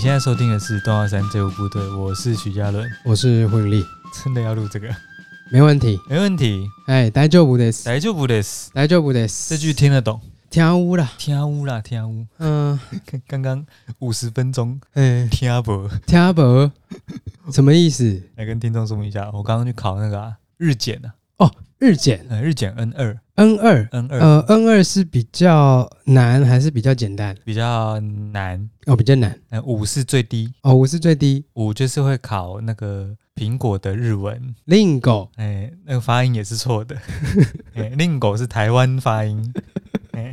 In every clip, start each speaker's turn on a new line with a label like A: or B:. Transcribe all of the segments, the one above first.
A: 现在收听的是《动画三街舞部队》，我是许嘉伦。
B: 我是混力，
A: 真的要录这个？
B: 没问题。
A: 没问题，
B: 哎，大丈夫です，
A: 来就不得
B: 大丈夫です。
A: 这句听得懂？
B: 天乌啦，
A: 听乌啦，听乌。
B: 嗯，
A: 刚刚五十分钟
B: 哎，
A: 听啊不？
B: 天伯，什么意思？
A: 来跟听众说明一下，我刚刚去考那个、啊、日检啊，
B: 日检
A: 呃，日检 N 二
B: N 二，
A: N 二
B: 呃，N 二是比较难还是比较简单？
A: 比较难，
B: 哦，比较难。
A: 呃，五是最低，
B: 哦，我是最低。
A: 五就是会考那个苹果的日文，
B: 另狗
A: 哎、那个发音也是错的，哎、令狗是台湾发音，哎、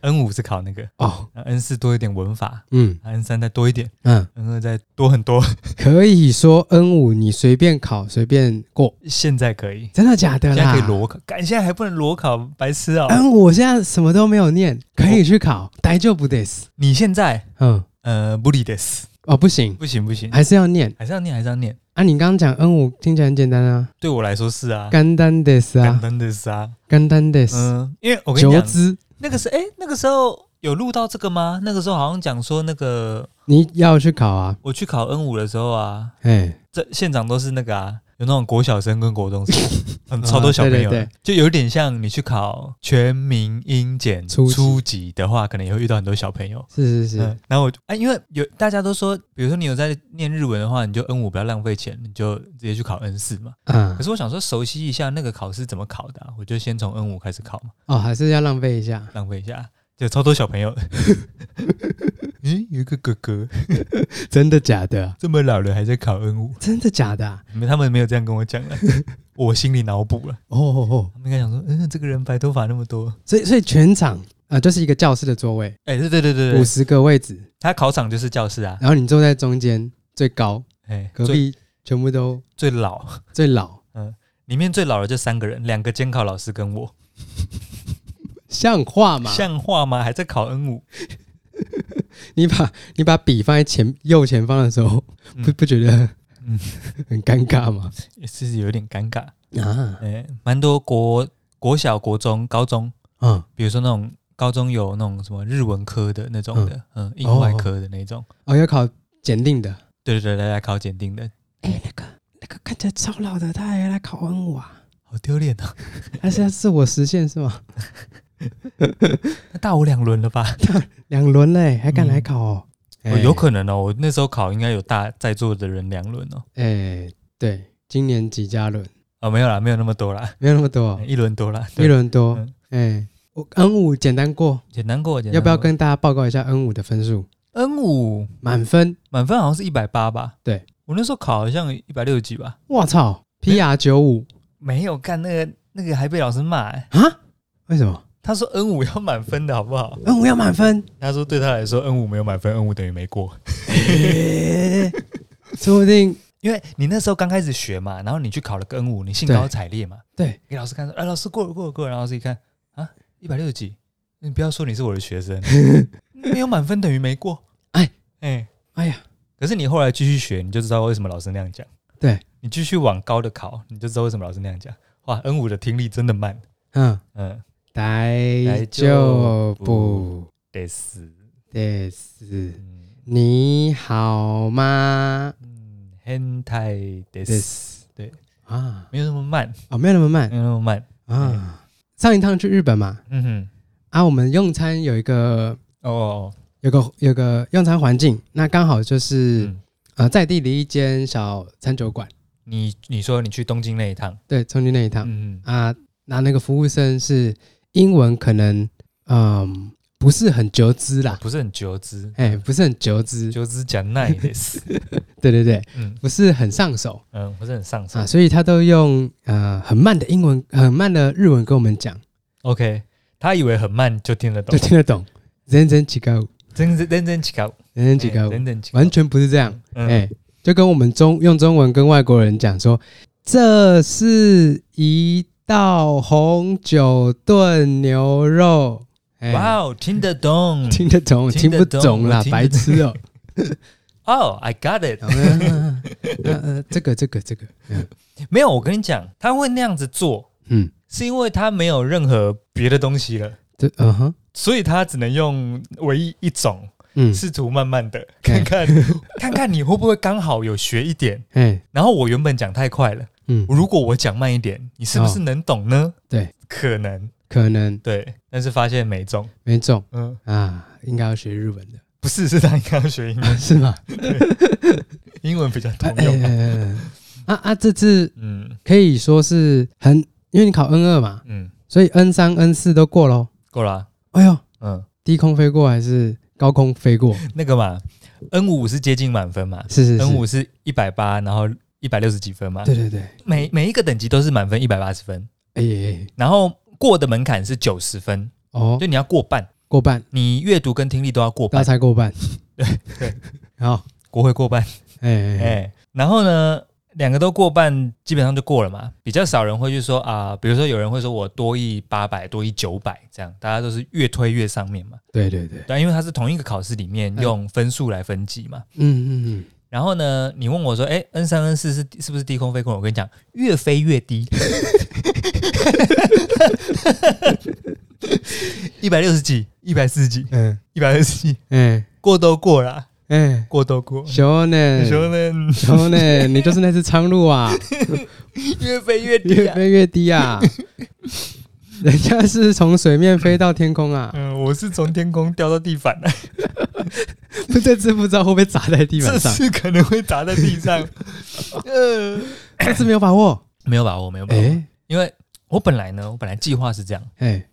A: n 五是考那个
B: 哦，
A: ，N 四多一点文法
B: 嗯
A: ，N 三再多一点
B: 嗯，
A: ，N 二再多很多，
B: 可以说 N 五你随便考随便过，
A: 现在可以，
B: 真的假的
A: 现在
B: 啦？嗯
A: 可以裸考，干现在还不能裸考，白痴哦、
B: N 五我现在什么都没有念，可以去考，大丈夫です。
A: 你现在
B: 嗯，
A: 呃不理 this，
B: 哦，不行，
A: 不行不行，
B: 还是要念
A: 还是要念还是要念，
B: 啊。你刚刚讲 N 五听起来很简单啊。
A: 对我来说是啊，
B: 简单です
A: 简
B: 啊，
A: 单的是啊，
B: 简单です。
A: 嗯，因为我跟你
B: 求
A: 讲，
B: 知，
A: 那个是哎、那个时候有录到这个吗？那个时候好像讲说那个
B: 你要去考啊？
A: 我去考 N 五的时候啊，
B: 哎，
A: 这现场都是那个啊，有那种国小生跟国中生， 嗯，
B: 啊
A: 超多小朋友的，
B: 对对对
A: 就有点像你去考全民英检
B: 初级
A: 初级的话，可能也会遇到很多小朋友。
B: 是是是
A: 嗯，，然后我就啊，因为有大家都说，比如说你有在念日文的话，你就 N 五不要浪费钱，你就直接去考 N 四嘛。
B: 啊
A: 可，是我想说，熟悉一下那个考试怎么考的啊、我就先从 N 五开始考嘛，
B: 哦，还是要浪费一下。
A: 浪费一下，就超多小朋友 的。咦，有一个哥哥
B: 真的假的？
A: 这么老了还在考 N 五，
B: 真的假的啊？
A: 没他们没有这样跟我讲 了，我心里脑补了。
B: 哦哦哦，
A: 他们应该想说，嗯，这个人白头发那么多，
B: 所以所以全场啊，就是一个教室的座位，
A: 哎、对对对对
B: 五
A: 对，
B: 十个位置，
A: 他考场就是教室啊，
B: 然后你坐在中间最高，
A: 哎、
B: 隔
A: 最
B: 壁全部都
A: 最老，
B: 最老，
A: 里面最老的就三个人，两个监考老师跟我，
B: 像话吗？
A: 像话吗？还在考 N 五，
B: 你把你把笔放在前右前方的时候，
A: 嗯
B: 不不觉得
A: 嗯
B: 很尴尬吗？
A: 也是有点尴尬。
B: 啊，
A: 哎、蛮多国国小、国中、高中，
B: 嗯
A: 比如说那种高中有那种什么日文科的那种的，嗯，英外科的那种，
B: 哦，要考检定的。
A: 对对对，来来考检定的，
B: 哎、那个那个看起来超老的，他还来考 N 五啊？
A: 好丢脸哦！
B: 他是要自我实现是吗？
A: 那大我两轮了 吧？
B: 两轮嘞，还敢来考哦？
A: 哦有可能哦，我那时候考应该有大在座的人两轮哦。
B: 哎、对，今年几加轮
A: 哦，没有啦，没有那么多啦，
B: 没有那么多，
A: 哦一轮多啦，
B: 一
A: 哎对，
B: 轮多
A: 嗯。啊
B: 哎、我 N 五简单过，
A: 简单过，简单过
B: 要不要跟大家报告一下 N 五的分数？
A: N 五
B: 满分，
A: 满分好像是一百八吧？
B: 对，
A: 我那时候考好像一百六几吧？
B: 我操，PR 九五
A: 没有干那个那个还被老师骂、欸，
B: 啊？为什么
A: 他说 N 五要满分的好不好？
B: N 五要满分？
A: 他说对他来说 N 五没有满分，N 五等于没过，
B: 哎 说不定
A: 因为你那时候刚开始学嘛，然后你去考了个 N 五，你兴高采烈嘛，
B: 对，
A: 给老师看说，哎、老师过了过了过了，然后老师一看啊，一百六十几，你不要说你是我的学 生，没有满分等于没过，
B: 哎
A: 哎、
B: 哎呀，
A: 可是你后来继续学，你就知道为什么老师那样讲，
B: 对
A: 你继续往高的考，你就知道为什么老师那样讲，哇，N 五的听力真的慢，
B: 嗯，
A: 嗯，
B: 大
A: 丈
B: 丈
A: 夫
B: 夫
A: 得死，
B: です。
A: 嗯
B: 你好吗？
A: 嗯，很太得死，
B: This
A: 对
B: 啊，
A: 没有那么慢，
B: 哦，没有那么慢
A: 没有那么慢，
B: 啊。上一趟去日本嘛，
A: 嗯哼。
B: 啊，我们用餐有一个
A: 哦哦，哦
B: 有个有个用餐环境，那刚好就是、
A: 嗯
B: 呃在地的一间小餐酒馆，
A: 你你说你去东京那一趟，
B: 对，冲去那一趟、
A: 嗯，
B: 啊，那那个服务生是英文可能嗯、不是啊很觉知啦，
A: 不是很久之，
B: 哎、 不是很觉知，
A: 久之讲耐的是，
B: 对对对，
A: 嗯
B: 不是很上手
A: 嗯，不是很上手
B: 啊，。所以他都用呃很慢的英文、很慢的日文跟我们讲，
A: OK，他以为很慢就听得懂
B: 就，听得懂，人人起高。
A: 真真真真起高，
B: 人人几个
A: 真真起高，
B: 完全不是这样，
A: 嗯，
B: 哎、就跟我们中用中文跟外国人讲说，这是一道红酒炖牛肉，哎
A: 哇哦，听得懂，
B: 听得懂
A: 听
B: 听
A: 得
B: 不
A: 懂
B: 懂
A: 我
B: 啦，
A: 听得
B: 白 痴哦、
A: 哦，I got it。
B: 啊啊啊啊这个这个这个，嗯
A: 没有，我跟你讲，他会那样子做，
B: 嗯，
A: 是因为他没有任何别的东西了，
B: 这嗯哼，
A: 所以他只能用唯一一种
B: 嗯，
A: 试图慢慢的
B: 对
A: 看看 看看你会不会刚好有学一点。
B: 哎，
A: 然后我原本讲太快了，
B: 嗯，
A: 如果我讲慢一点，你是不是能懂呢？
B: 哦对，
A: 可能
B: 可能
A: 对，但是发现没中。
B: 没中
A: 嗯，
B: 啊，应该要学日文的，
A: 不是，是他应该要学英文，
B: 啊、是吗？
A: 英文比较通
B: 哎
A: 用。
B: 哎哎哎啊啊，这次
A: 嗯
B: 可以说是很，因为你考 N 二嘛，
A: 嗯，
B: 所以 N 三、N 四都过喽。
A: 够了啊。
B: 哎呦，
A: 嗯，
B: 低空飞过还是高空飞 过？
A: 那个嘛，N 五是接近满分嘛
B: 是是
A: ，N
B: 是，
A: 五是一百八，然后一百六十几分嘛。
B: 对对对，
A: 每每一个等级都是满分一百八十分，
B: 哎哎哎，
A: 然后过的门槛是九十分，
B: 哦
A: 就，你要过半，
B: 过半，
A: 你阅读跟听力都要过
B: 不要
A: 半，
B: 猜过半，
A: 对，
B: 好，
A: 国会过半。
B: 哎哎
A: 哎、
B: 哎，
A: 然后呢，两个都过半，基本上就过了嘛。比较少人会去说啊、比如说有人会说我多一八百，多一九百这样，大家都是越推越上面嘛。
B: 对对对，
A: 对，因为它是同一个考试里面
B: 嗯
A: 用分数来分级嘛。
B: 嗯嗯
A: 然后呢，你问我说，哎、n 三 N 四是是不是低空飞过？我跟你讲，越飞越低， 一百六十几，一百四十几，
B: 嗯
A: 一百二十几，
B: 嗯，
A: 过都过啦，
B: 哎哎，
A: 过都过。
B: 熊呢？
A: 你说呢？
B: 熊呢？你就是那只苍鹭啊，
A: 越飞越低
B: 越
A: 啊！
B: 飞越 低啊。人家是从水面飞到天空啊，
A: 嗯，我是从天空掉到地板的，嗯
B: 这次不知道会不会砸在地板
A: 这
B: 上，
A: 次可能会砸在地 上。呃，
B: 这次没有把握。
A: 没有把握，没有把握，
B: 哎
A: 因为我本来呢，我本来计划是这样，
B: 哎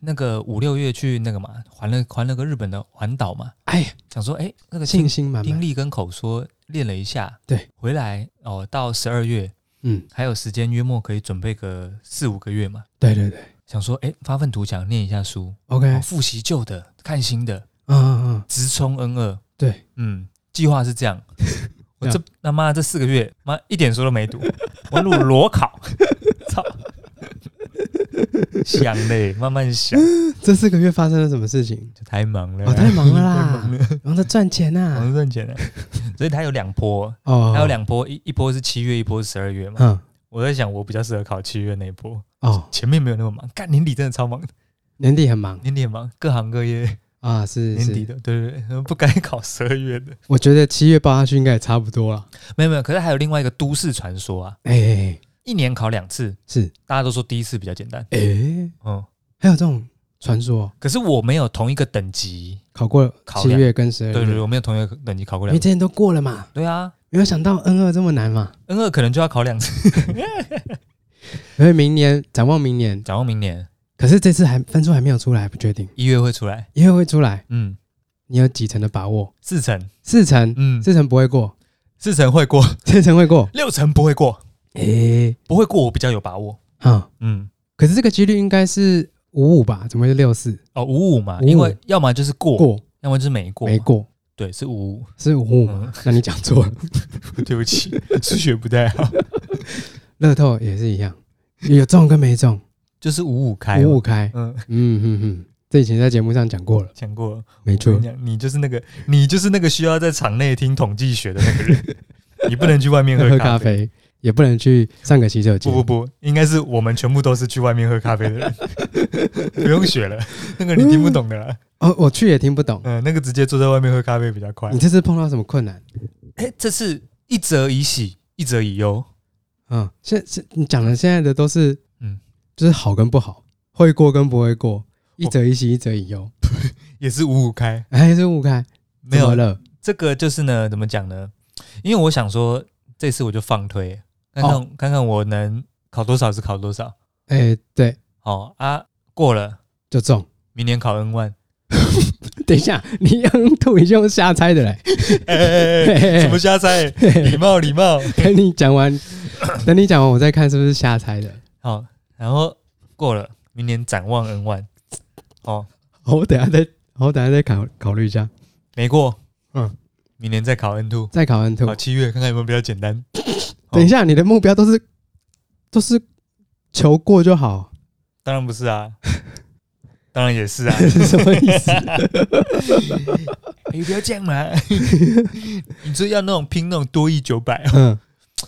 A: 那个五六月去那个嘛，环了环了个日本的环岛嘛，
B: 哎呀，
A: 想说，哎，那个
B: 信
A: 听
B: 心满
A: 听
B: 满。
A: 力跟口说练了一下，
B: 对，
A: 回来哦，到十二月
B: 嗯，
A: 还有时间，约莫可以准备个四五个月嘛。
B: 对对对
A: 想说，哎，发愤图强，念一下书，
B: ，OK，
A: 哦
B: 嗯
A: 复习旧的，看新的，
B: 嗯嗯，
A: 直冲 N 二。
B: 对，
A: 嗯，计划是这 样。我这他妈这四个月，妈一点书都没 读，我录裸考，操！想嘞，慢慢想，
B: 这四个月发生了什么事情？
A: 就太忙了，
B: 哦，太忙了
A: 太忙
B: 啦， 忙着赚钱
A: 哎忙
B: 呐。
A: 着赚钱了。所以它有两波，
B: 哦，
A: 它有，两波，一一波是七月，一波是十二月嘛。
B: 嗯，
A: 我在想，我比较适合考七月那一波，
B: 哦，
A: 前面没有那么忙。干年底真的超忙，
B: 年底很忙
A: 年底很忙，各行各业
B: 啊，是
A: 年底
B: 是，
A: 的，对对对，不该考十二月的。
B: 我觉得七月报下去应该也差不多了。
A: 没有没有，可是还有另外一个都市传说啊，
B: 哎哎，哎
A: 一年考两次，
B: 是，
A: 大家都说第一次比较简单。
B: 哎，
A: 嗯，
B: 还有这种传说，
A: 可是我没有同一个等级，
B: 考过
A: 考
B: 七
A: 两
B: 月跟十二
A: 对对对，
B: 月，
A: 我没有同一个等级考过
B: 因
A: 两
B: 为
A: 次。
B: 之前都过了嘛，
A: 对啊
B: 没有想到 N 二这么难嘛。
A: ，N 二可能就要考两次，
B: 所以明年展望明年，
A: 展望明年
B: 可是这次还分数还没有出来，不确定，
A: 一月会出来，
B: 因为会出来，
A: 嗯，
B: 你有几成的把握？
A: 四成，
B: 四成，
A: 嗯，
B: 四成不会过，
A: 四成会过，
B: 四成会过。
A: 六成不会过，
B: 诶，
A: 不会过我比较有把握，
B: 啊，
A: 嗯，
B: 可是这个几率应该是五五吧？怎么会是六四？
A: 哦，五五嘛，
B: 55
A: 因为要么就是过，
B: 过
A: 要么就是没过嘛，
B: 没过
A: 对，是五五，
B: 是五五吗？
A: 嗯，
B: 那你讲错了。
A: 对不起，数学不太好，
B: 乐透也是一样，有中跟没中，
A: 就是五五开，
B: 五五，开。
A: 嗯，
B: 嗯嗯嗯，这以前在节目上讲过了，
A: 讲过了，
B: 没
A: 我跟
B: 错
A: 你。讲，你就是那个，你就是那个需要在场内听统计学的那个人， 你不能去外面
B: 喝
A: 喝
B: 咖
A: 咖啡。
B: 啡也不能去上个洗手间。
A: 不不不，应该是我们全部都是去外面喝咖啡的 人，不用学了，那个你听不懂的啦。
B: 哦，我去也听不懂。
A: 嗯、那个直接坐在外面喝咖啡比较快
B: 你。这次碰到什么困难？
A: 哎、这是一则以喜，一则以忧。
B: 嗯，现现你讲的现在的都是，嗯
A: 嗯，
B: 就是好跟不好，会过跟不会过，一则一喜，一则一忧，
A: 也是五五开，
B: 还是五开，
A: 没有
B: 怎么了，
A: 这个就是呢，怎么讲呢？因为我想说，这次我就放推，看看、看看我能考多少是考多少。
B: 哎，对，
A: 哦啊，过了，
B: 就中。
A: 明年考 N 万。
B: 等一下，你用 吐，你是用瞎猜的嘞。
A: 哎哎哎哎，什么瞎 猜？礼貌礼貌。
B: 等你讲完， 等你讲完，我再看是不是瞎猜的。
A: 好，然后过了，明年展望 N 万。哦，
B: 好我等一下再，好我等一下再考考虑一下，
A: 没过，
B: 嗯
A: 嗯，明年再考 N two，
B: 再考完吐
A: 考。七月看看有没有比较简单。
B: 等一下，你的目标都是都是求过就好，
A: 当然不是啊，当然也是 啊。
B: 什么意思？
A: 你不要这样嘛， 你就要那种拼那种多亿九百。哦
B: 嗯，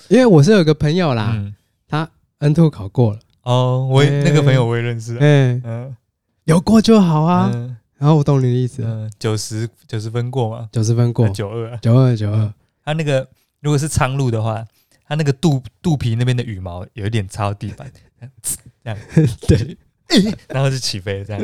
B: 因为我是有个朋友啦，
A: 嗯，
B: 他 N two 考过了，
A: 哦，我也
B: 啊哎
A: 那个朋友我也认识啊。
B: 哎、
A: 嗯
B: 有过就好啊。
A: 嗯，
B: 然后我懂你的意思了，
A: 嗯，九十九十分过嘛，
B: 九十分过，
A: 九二、啊，
B: 九二九二，
A: 它那个如果是苍鹭的话，它那个肚肚皮那边的羽毛有一点擦到地板， 这样，
B: 对，
A: 然后就起飞了，这样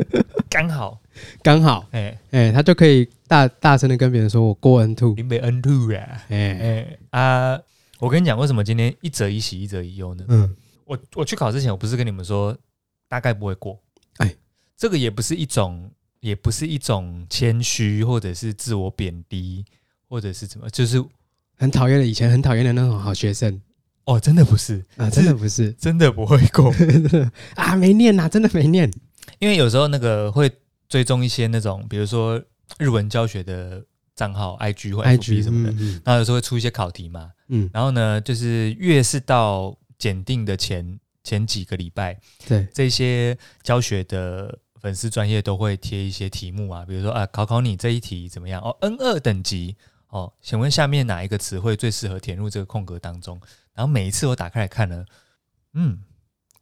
A: 刚好，
B: 刚好，
A: 哎、
B: 哎、他就可以大大声的跟别人说我过 N two，
A: 林北 N two 啊，
B: 哎、
A: 哎、啊，我跟你讲，为什么今天一则一喜，一则一忧呢？
B: 嗯，
A: 我我去考之前，我不是跟你们说大概不会过，
B: 哎，
A: 这个也不是一种，也不是一种谦虚，或者是自我贬低，或者是怎么，就是
B: 很讨厌的，以前很讨厌的那种好学生
A: 哦，真的不是，
B: 啊，真的不是
A: 真的不会过，
B: 啊，没念呐、真的没念，
A: 因为有时候那个会追踪一些那种，比如说日文教学的账号 IG 或 FB 什么的，
B: 嗯
A: 然后有时候会出一些考题嘛，
B: 嗯，嗯
A: 然后呢，就是越是到检定的前前几个礼拜，
B: 对，
A: 这些教学的粉丝专业都会贴一些题目啊，比如说啊，考考你这一题怎么样？哦，N 二等级哦，请问下面哪一个词汇最适合填入这个空格当中？然后每一次我打开来看呢，嗯，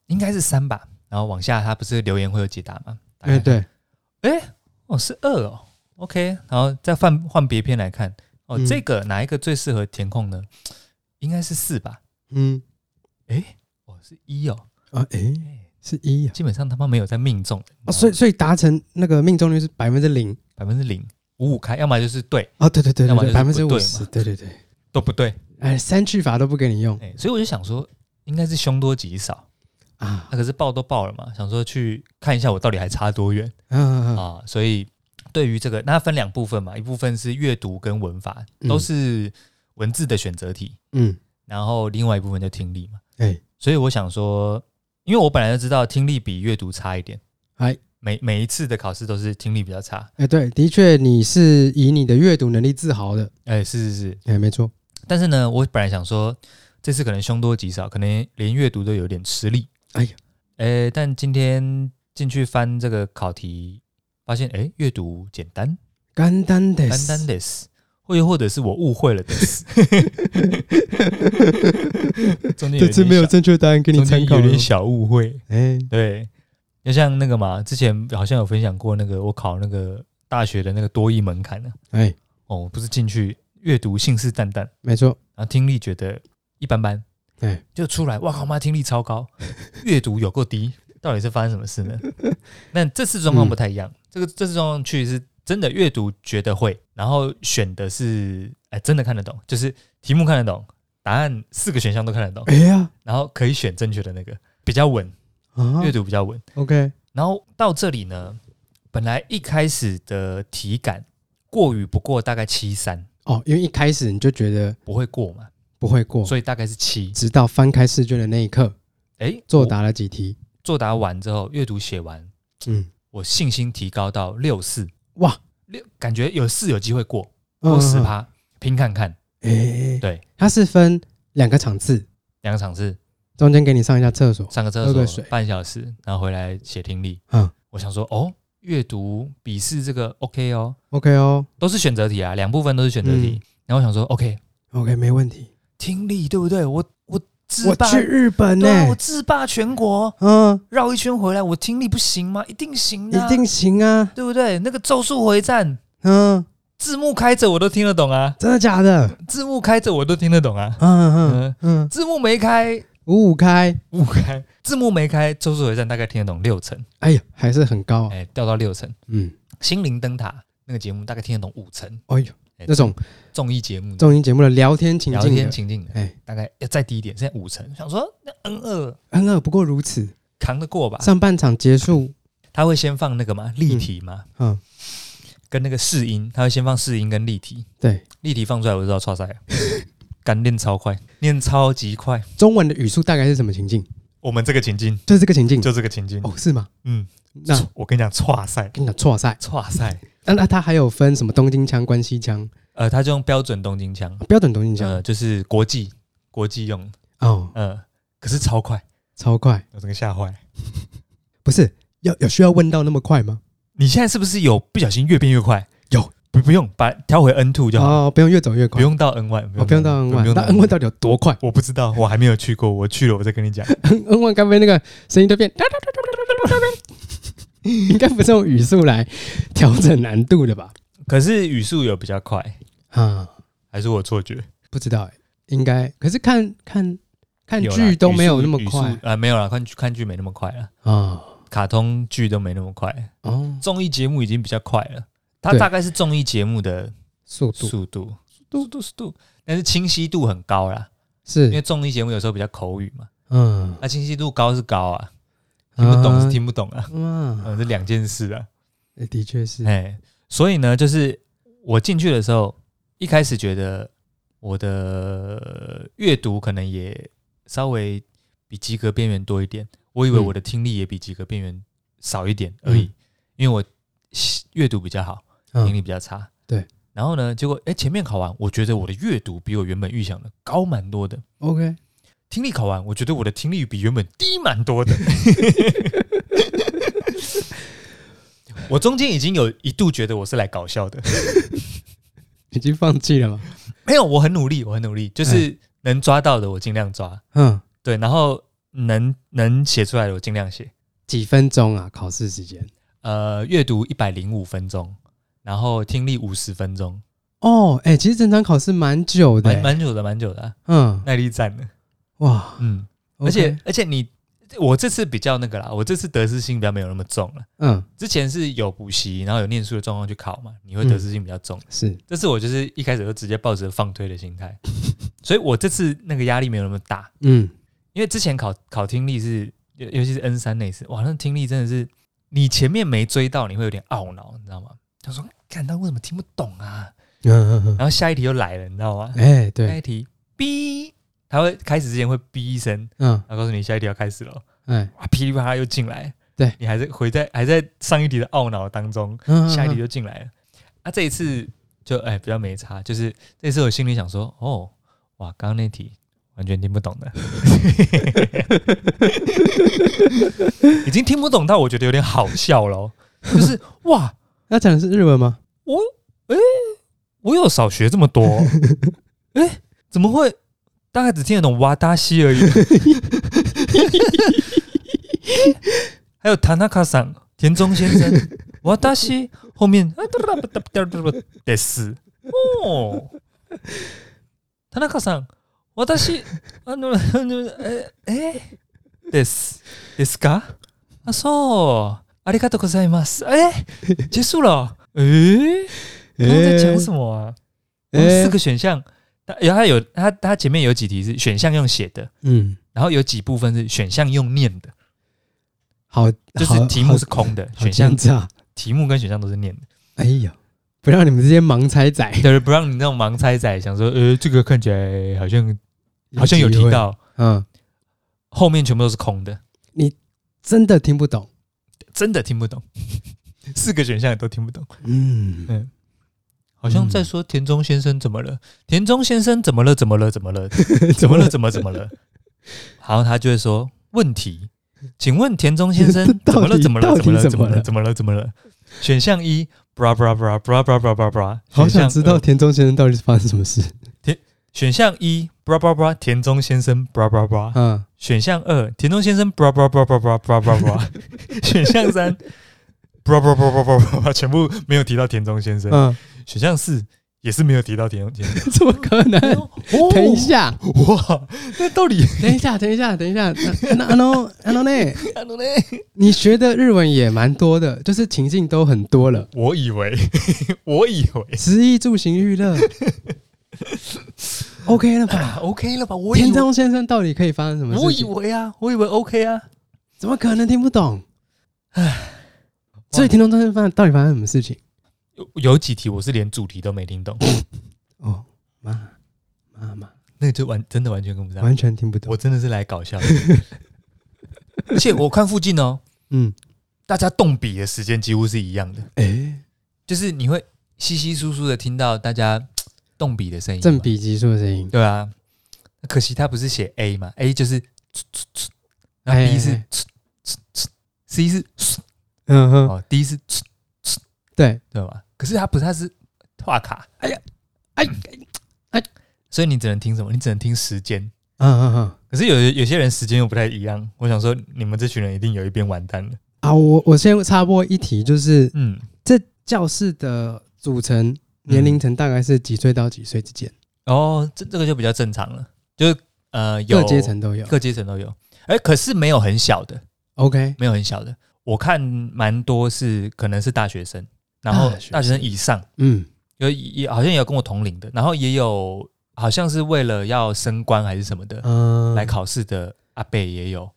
A: 应该是三吧。然后往下，它不是留言会有解答吗？打开
B: 哎、
A: 看，
B: 对，
A: 哦，是二哦，OK。然后再换换别篇来看，哦，
B: 嗯
A: 这个哪一个最适合填空呢？应该是四吧？
B: 嗯，
A: 哦，是一哦，
B: 啊，哎、
A: 哎
B: 是一啊，
A: 基本上他妈没有在命中的，
B: 哦所以所以达成那个命中率是百分之零，
A: 百分之零五五开，要么就是对，
B: 哦，对对对
A: 要么
B: 对对，百分
A: 就是
B: 之
A: 不对
B: 五
A: 嘛
B: 十，对对对，
A: 都不对，
B: 哎，三句法都不给你用
A: 哎、所以我就想说，应该是凶多吉少。
B: 啊
A: 那、，可是报都报了嘛，想说去看一下我到底还差多远、
B: 嗯、啊，
A: 啊。所以对于这个，那它分两部分嘛，一部分是阅读跟文法，
B: 嗯
A: 都是文字的选择题，
B: 嗯，
A: 然后另外一部分就听力嘛。
B: 哎、
A: 所以我想说，因为我本来就知道听力比阅读差一点，
B: 哎
A: 每每一次的考试都是听力比较差，
B: 哎、对，的确你是以你的阅读能力自豪的，
A: 哎、是是是。
B: 哎、没错，
A: 但是呢，我本来想说，这次可能凶多吉少，可能连阅读都有点吃力。
B: 哎呀，
A: 诶，但今天进去翻这个考题，发现诶，阅读简单，
B: 简单的，
A: 单 单的是，或又或者是我误会了的是，中间有
B: 这
A: 一点
B: 次没有
A: 小
B: 正确答案给你
A: 中间
B: 参考
A: 有
B: 了
A: 点，小误会。
B: 哎、
A: 对，就像那个嘛，之前好像有分享过那个我考那个大学的那个多义门槛呢、
B: 哎、
A: 哦，不是进去阅读信誓旦旦，
B: 没错，
A: 然后听力觉得一般般，
B: 哎，
A: 就出来，哇靠妈，听力超高，阅读有够低，到底是发生什么事呢？ 那这次状况不太一样，这个这次状况去是真的阅读觉得会，然后选的是哎真的看得懂，就是题目看得懂，答案四个选项都看得 懂，
B: 哎呀，
A: 然后可以选正确的那个，比较稳，
B: 啊
A: 阅读比较稳。
B: ，OK，
A: 然后到这里呢，本来一开始的体感过与不过大概七三，
B: 哦，因为一开始你就觉得
A: 不会过嘛，
B: 不会过，
A: 所以大概是七。
B: 直到翻开试卷的那一刻，
A: 哎，
B: 作答了几题，
A: 作答完之后，阅读写完，
B: 嗯，
A: 我信心提高到六四
B: 哇，
A: 六，感觉有四有机会过，
B: 嗯
A: 过十，趴，拼看看
B: 哎、欸，
A: 对，
B: 它是分两个场次，
A: 两个场次，
B: 中间给你上一下厕所，
A: 上个
B: 喝
A: 厕
B: 个水
A: 所半小时，然后回来写听力。
B: 嗯
A: 我想说，哦，阅读笔试这个 OK 哦，
B: ，OK 哦
A: 都是选择题啊，两部分都是选择
B: 嗯
A: 题。然后我想说，OK，
B: ，OK，没问题，
A: 听力对不对？我我自
B: 我
A: 霸，
B: 去日本呢、
A: 对啊，我自霸全国，
B: 嗯，
A: 绕一圈回来，我听力不行吗？一定行的啊、
B: 一定行啊，
A: 对不对？那个《咒术回战》
B: 嗯，
A: 字幕开着我都听得懂啊。
B: 真的假的？
A: 字幕开着我都听得懂啊。
B: 嗯嗯
A: 嗯，
B: 嗯，
A: 字幕没开，
B: 五五开，
A: 不开，字幕没开，《咒术回战》大概听得懂六成，
B: 哎呀，还是很高、啊，
A: 哎、掉到六成。
B: 嗯，
A: 心灵灯塔那个节目大概听得懂五成，
B: 哎呦，
A: 哎
B: 那种
A: 综艺节目
B: 综艺节目的聊天情
A: 聊
B: 境
A: 天
B: 的，
A: 情境的，
B: 哎
A: 大概呃要再低一点，现在五成。想说那 N 二
B: 恩嗯二不过如此，
A: 扛得过吧？
B: 上半场结束，
A: 他会先放那个嘛立体嘛，
B: 嗯，
A: 跟那个试音，他会先放试音跟立体，
B: 对，
A: 立体放出来我就知道错 赛了，干练超快，练超级快。
B: 中文的语速大概是什么情境？
A: 我们这个情境
B: 就是这个情境，
A: 就这个情境，
B: 哦，是吗？
A: 嗯，
B: 那
A: 我跟你讲错赛，
B: 跟你讲错赛，
A: 错赛。
B: 那那它还有分什么东京腔、关西腔、
A: 呃，他就用标准东京腔，
B: 啊标准东京腔？
A: 呃，就是国际国际用，
B: 哦，
A: 呃，可是超快，
B: 超快，
A: 我整个吓坏。
B: 不是要有需要问到那么快吗？
A: 你现在是不是有不小心越变越快？
B: 有，
A: 不不用把调回 N two 就好，
B: 哦，不用越走越
A: 不
B: 快，
A: 用到 N one，
B: 哦，不用到 N
A: 不
B: 万，
A: 用
B: 那
A: 到
B: N 万到底有多快
A: 我不知道，我还没有 去过，我去了我再跟你讲。
B: ？N 万该不会那个声音就变，应该不是用语速来调整难度的吧？
A: 可是语速有比较快，
B: 啊，
A: 还是我错觉？
B: 不知道哎、应该可是看看看
A: 有啦
B: 剧都没有
A: 语
B: 那
A: 速
B: 么
A: 语速
B: 快
A: 呃，没有啦，看剧看剧没那么快了，
B: 啊
A: 卡通剧都没那么快，
B: 哦，
A: 综艺节目已经比较快了，它
B: 对
A: 大概是综艺节目的
B: 速度
A: 速度，速度速度，但是清晰度很高啦，因
B: 是
A: 为综艺节目有时候比较口语嘛，
B: 嗯，
A: 那清晰度高是高啊，听不懂是听不懂啊，
B: 啊，
A: 嗯，这两件事啊，
B: 嗯的确是
A: 哎，所以呢，就是我进去的时候，一开始觉得我的阅读可能也稍微比及格边缘多一点，我以为
B: 嗯
A: 我的听力也比及格边缘少一点而已，
B: 嗯
A: 因为我吸阅读比较好，听
B: 嗯
A: 力比较差。
B: 对，
A: 然后呢，结果哎，前面考完，我觉得我的阅读比我原本预想的高蛮多的。
B: OK
A: 听力考完，我觉得我的听力比原本低蛮多 的。我中间已经有一度觉得我是来搞笑的，
B: 已经放弃了吗？
A: 没有，我很努力，我很努力，就是能抓到的我尽量抓，
B: 嗯，
A: 对，然后能能写出来的我尽量写。
B: 几分钟啊？考试时间
A: 呃，阅读一百零五分钟，然后听力五十分钟，
B: 哦，哎、其实整场考试蛮久的、
A: 蛮
B: 欸，
A: 蛮久的，蛮久的啊、
B: 嗯，
A: 耐力战的，
B: 哇，
A: 嗯，而
B: OK，
A: 且而且你，我这次比较那个啦，我这次得失心比较没有那么重了。
B: 嗯
A: 之前是有补习，然后有念书的状况去考嘛，你会得失心比较重。
B: 是
A: 这次我就是一开始就直接抱着放推的心态， 所以我这次那个压力没有那么大，
B: 嗯
A: 因为之前考考听力是，尤尤其是 N 三那一次，哇，那听力真的是你前面没追到，你会有点懊恼，你知道吗？他说：“看他为什么听不懂啊
B: 嗯嗯？”嗯，
A: 然后下一题又来了，你知道吗？
B: 哎、
A: 下
B: 对，
A: 一题哔，他会开始之前会哔一声，
B: 嗯
A: 然后告诉你下一题要开始了。
B: 哎
A: 哇，啊噼里啪啦又进来，
B: 对
A: 你还在回在还在上一题的懊恼当中，
B: 嗯，
A: 下一题
B: 嗯
A: 就进来了。啊，这一次就哎比较没差，就是这次我心里想说，哦，哇，刚刚那题完全听不懂 的，已经听不懂到我觉得有点好笑了哦，就是哇，
B: 要讲的是日文吗？
A: 我哎、我有少学这么多哦、哎、怎么会？大概只听得懂哇达西而已。还有塔纳卡桑、田中先生、哇达西后面得是哦，田中さん、私あのあのええですですか？あそう、ありがとうございます。え、结束了？诶、
B: 哎
A: 刚刚在讲什么啊？我们四个选项，它然后它有它它前面有几题是选项用写的，
B: 嗯，
A: 然后有几部分是选项用念的，
B: 好，
A: 就是
B: 好
A: 题目
B: 好
A: 是空的，
B: 好
A: 选项
B: 这样子啊，
A: 题目跟选项都是念的。
B: 哎呀，不让你们这些盲猜仔，
A: 对，不让你那种盲猜仔想说，呃，这个看起来好像好像有提，到，
B: 嗯，
A: 后面全部都是空的，
B: 真的听不懂，
A: 真的听不懂， 四个选项都听不懂，
B: 嗯，
A: 好像在说田中先生怎么了，田中先生怎么了，怎么了，怎么了， 怎么了，怎么怎么了，然后他就会说问题，请问田中先生
B: 这
A: 怎
B: 到
A: 么了，
B: 底
A: 怎么
B: 到
A: 了，
B: 底
A: 怎么了，
B: 怎
A: 怎
B: 么
A: 么
B: 了
A: 了，怎么了，怎么了，选项一。bra bra bra bra bra bra bra bra，
B: 好
A: 选
B: 想
A: 项
B: 知道
A: 二
B: 田中先生到底是发生什么事，
A: 选项一 bra bra bra 田中先生 bra bra bra，
B: 嗯，
A: 选项二，田中先生，bra bra bra bra bra bra bra bra。选 项三，bra bra bra bra bra bra bra，全部没有提到田中先生。
B: 嗯，
A: 选项四也是没有提到田中先生。
B: 怎么可能？
A: 哦
B: 等一，下，
A: 哇，那到 底
B: 等一下，等一下，等一下，那那那那那那，
A: 看到呢？
B: 你学的日文也蛮多的，就是情境都很 多了，
A: 我以为，我以为
B: 食衣住行娱乐，OK 了吧？
A: 啊 OK 了吧？哎我以
B: 田
A: 为，
B: 中先生到底可以发生什么
A: 我以
B: 事情？
A: 为啊，我以为 OK 啊。
B: 怎么可能听不懂？唉，所以田中先生发到底发生什么事情？
A: 有有几题我是连主题都没听懂，
B: 哦，妈妈妈，
A: 那就完真的完全跟不上。
B: 完全听不
A: 啊
B: 懂。
A: 我真的是来搞笑的， 而且我看附近哦，
B: 嗯，
A: 大家动笔的时间几乎是一样的。
B: 哎、
A: 就是你会稀稀疏疏的听到大家动笔的声音嘛，
B: 正比级数的声音，
A: 对啊。可惜他不是写 A 嘛，A 就是呲呲呲，然后
B: 哎哎
A: B 是
B: 哎
A: 呲呲呲，C 是呲
B: 嗯哼，
A: 哦，D 是呲
B: 对，
A: 对吧？可是他不是，他是画卡，
B: 哎呀，哎哎，
A: 所以你只能听什么？你只能听时间。
B: 嗯嗯嗯，
A: 可是有有些人时间又不太一样，我想说你们这群人一定有一边完蛋了，
B: 好，我我先插播一题，就是
A: 嗯，
B: 这教室的组成年龄层大概是几岁到几岁之间？
A: 哦，这这个就比较正常了，就是呃，有
B: 各阶层都有。
A: 各阶层都有，哎，可是没有很小的，
B: OK，
A: 没有很小的，我看蛮多是可能是大学生，然后
B: 大学生
A: 大学生以上，
B: 嗯，
A: 有也好像也有跟我同龄的，然后也有好像是为了要升官还是什么的、
B: 嗯，
A: 呃来考试的阿贝也有，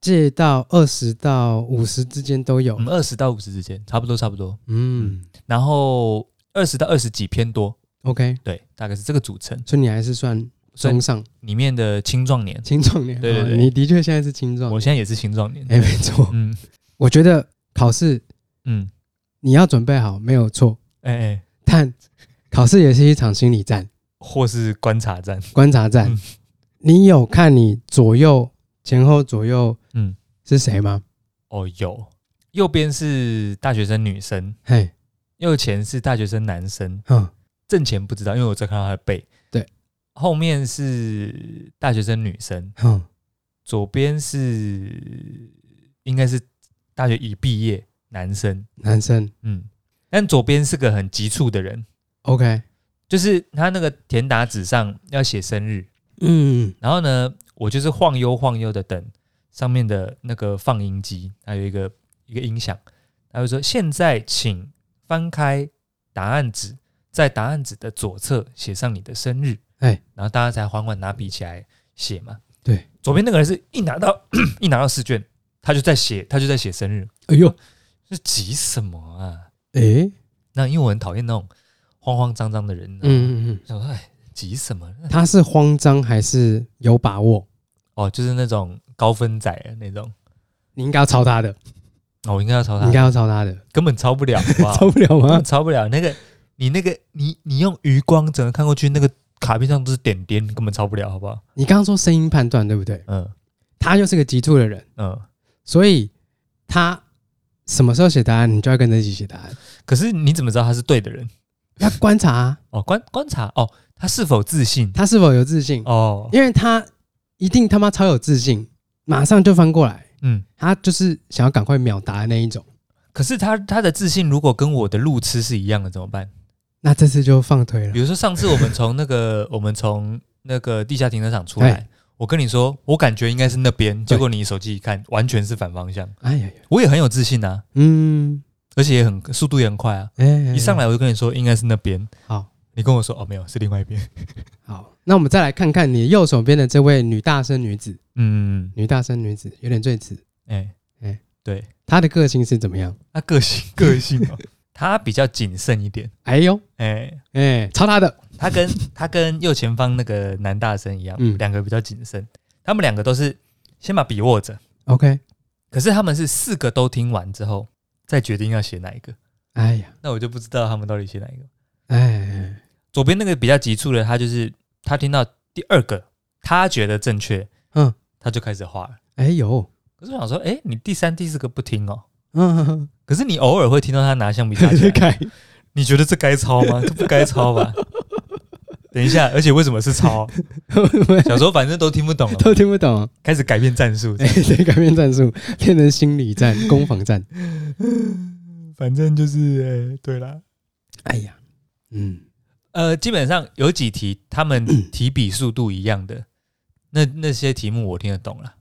B: 借到二十到五十之间都有
A: 我。们二十到五十之间，差不多差不多，
B: 嗯
A: 然后二十到二十几偏多，
B: ，OK，
A: 对，大概是这个组成，
B: 所以你还是算
A: 所以
B: 中上
A: 里面的青壮年，
B: 青壮年。
A: 对对对
B: 哦你的确现在是青壮
A: 我
B: 年。
A: 现在也是青壮年，
B: 嗯哎，没错，
A: 嗯
B: 我觉得考试
A: 嗯，
B: 你要准备好没有错，
A: 哎哎，
B: 但考试也是一场心理战、
A: 或是观察站，
B: 观察战。
A: 嗯
B: 你有看你左右前后左右
A: 嗯，
B: 是谁吗？
A: 哦有，右边是大学生女生，
B: 嘿，
A: 右前是大学生男生，
B: 嗯，
A: 正前不知道，因为我在看到他的背。
B: 对，
A: 后面是大学生女生，
B: 哼，
A: 左边是应该是大学已毕业男生，
B: 男生
A: 嗯，但左边是个很急促的人，
B: ，OK，
A: 就是他那个填答纸上要写生日，
B: 嗯，
A: 然后呢，我就是晃悠晃悠的等上面的那个放音机，还有一个一个音响，他就说现在请翻开答案纸，在答案纸的左侧写上你的生日，
B: 哎，
A: 然后大家才缓缓拿笔起来写嘛。
B: 对，
A: 左边那个人是一拿到 一拿到试卷，他就在写，他就在写生日，
B: 哎呦，
A: 是急什么啊？
B: 诶，
A: 那因为我很讨厌那种慌慌张张的人，嗯，
B: 嗯嗯
A: 想说哎，急什么？
B: 嗯，他是慌张还是有把握？
A: 哦，就是那种高分仔的那种。
B: 你应该要抄他的，
A: 哦，我应该要抄
B: 你
A: 他
B: 应，该要抄他的，
A: 根本抄不了，好啊不 好
B: 抄不了
A: 根本
B: 吗？
A: 抄不了。那个，你那个，你你用余光整个看过去，那个卡片上都是点点，你根本抄不了，好不好？
B: 你刚刚说声音判断对不对？
A: 嗯
B: 他就是个急促的人，
A: 嗯。
B: 所以他什么时候写答案，你就要跟着一起写答案，
A: 可是你怎么知道他是对的人？
B: 要观察啊
A: 哦，观观察哦，他是否自信？
B: 他是否有自信，
A: 哦，
B: 因为他一定他妈超有自信，马上就翻过来，
A: 嗯。
B: 他就是想要赶快秒答的那一种。
A: 可是他他的自信如果跟我的路痴是一样的怎么 办？
B: 那这次就放推了
A: 比。如说上次我们从那个我们从那个地下停车场出来
B: 哎，
A: 我跟你说我感觉应该是那边，
B: 对
A: 结果你手机一看完全是反方向。
B: 哎呀呀，
A: 我也很有自信啊，
B: 嗯，
A: 而且也很速度也很快啊。
B: 哎、
A: 一上来我就跟你说应该是那边，
B: 好
A: 你跟我说哦没有是另外一边。
B: 好，那我们再来看看你右手边的这位女大生女子，
A: 嗯，
B: 女大生女子有点最词，
A: 哎、
B: 哎
A: 对，
B: 她的个性是怎么样？
A: 他个 性个性哦，他比较谨慎一点。
B: 哎呦，
A: 哎、
B: 哎、抄她的，
A: 他 跟他跟右前方那个男大生一样，
B: 嗯
A: 两个比较谨慎。他们两个都是先把笔握着，
B: ，OK，
A: 可是他们是四个都听完之后再决定要写哪一个。
B: 哎呀，
A: 那我就不知道他们到底写哪一个。
B: 哎，
A: 左边那个比较急促的，他就是他听到第二个，他觉得正确，
B: 嗯，
A: 他就开始画了。
B: 哎呦，
A: 可是我想说，哎、你第三、第四个不听哦，
B: 嗯，
A: 可是你偶尔会听到他拿橡皮擦 起来，
B: 改，
A: 你觉得这该抄吗？这不该抄吧？等一下，而且为什么是抄？小时候反正都听不懂了嘛，
B: 都听不懂，
A: 开始改变战术，
B: 哎、对，改变战术，变成心理战、攻防战。
A: 反正就是、呃对啦。
B: 哎呀，嗯，
A: 呃，基本上有几题他们提笔速度一样的，那那些题目我听得懂了。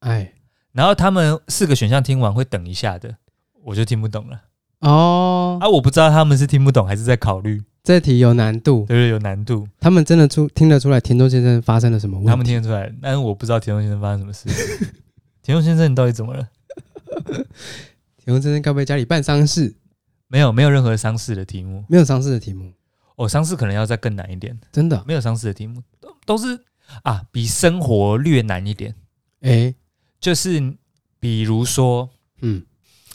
B: 哎，
A: 然后他们四个选项听完会等一下的，我就听不懂了
B: 哦，
A: 啊！我不知道他们是听不懂还是在考虑，
B: 这题有难度，
A: 对不对？有难度，
B: 他们真的出听得出来田中先生发生了什么问题？
A: 他们听得出来，但是我不知道田中先生发生什么事。 田中先生，你到底怎么了？
B: 田中先生该不会家里办丧事？
A: 没有，没有任何伤势的题目。
B: 没有丧事的题目，
A: 哦，伤势可能要再更难一点，
B: 真的，
A: 没有伤势的题目都都是啊，比生活略难一点，
B: 哎、
A: 就是比如说
B: 嗯，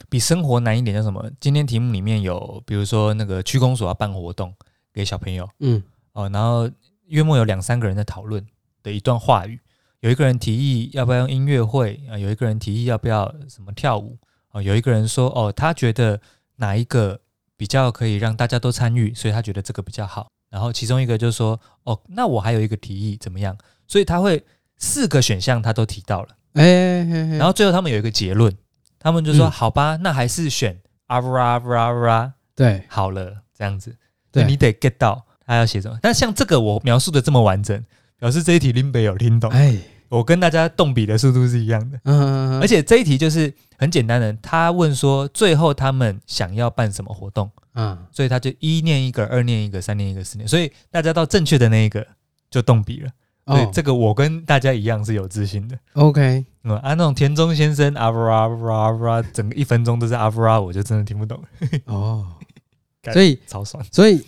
A: 比生活难一点叫什么？今天题目里面有，比如说那个区公所要办活动给小朋友
B: 嗯，
A: 哦，然后月末有两三个人在讨论的一段话语，有一个人提议要不要用音乐会啊、有一个人提议要不要什么跳舞啊、有一个人说哦，他觉得哪一个比较可以让大家都参与，所以他觉得这个比较好。然后其中一个就说哦，那我还有一个提议怎么样？所以他会四个选项他都提到了，
B: 哎、嘿嘿
A: 然后最后他们有一个结论，他们就说、
B: 嗯
A: 好吧，那还是选啊布拉布拉布拉
B: 对
A: 好了，这样子，
B: 对
A: 你得 get 到他要写什么。但像这个我描述的这么完整，表示这一题林北有听懂，
B: 哎，
A: 我跟大家动笔的速度是一样的。
B: 嗯，
A: 而且这一题就是很简单的，他问说最后他们想要办什么活动，
B: 嗯，
A: 所以他就一念一个，二念一个，三念一个，四念，所以大家到正确的那一个就动笔了。所以
B: 哦
A: 这个我跟大家一样是有自信的。
B: ，OK，
A: 嗯啊，那种田中先生啊布拉布拉布拉，整个一分钟都是啊布拉，我就真的听不懂，
B: 哦，
A: 干
B: 所以
A: 超爽。
B: 所以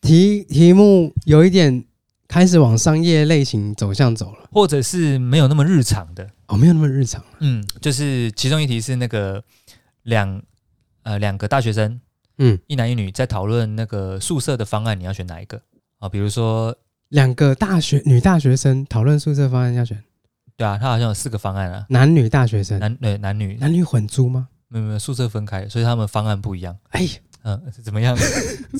B: 题题目有一点开始往商业类型走向走了，
A: 或者是没有那么日常的，
B: 哦，没有那么日常了，
A: 嗯，就是其中一题是那个两呃两个大学生，
B: 嗯，
A: 一男一女在讨论那个宿舍的方案，你要选哪一个啊？比如说，
B: 两个大学女大学生讨论宿舍方案要选
A: 对啊，他好像有四个方案啊，
B: 男女大学生，
A: 男对男女，
B: 男女混租吗？
A: 没有没有宿舍分开，所以他们方案不一样。
B: 哎，
A: 嗯，是怎么样？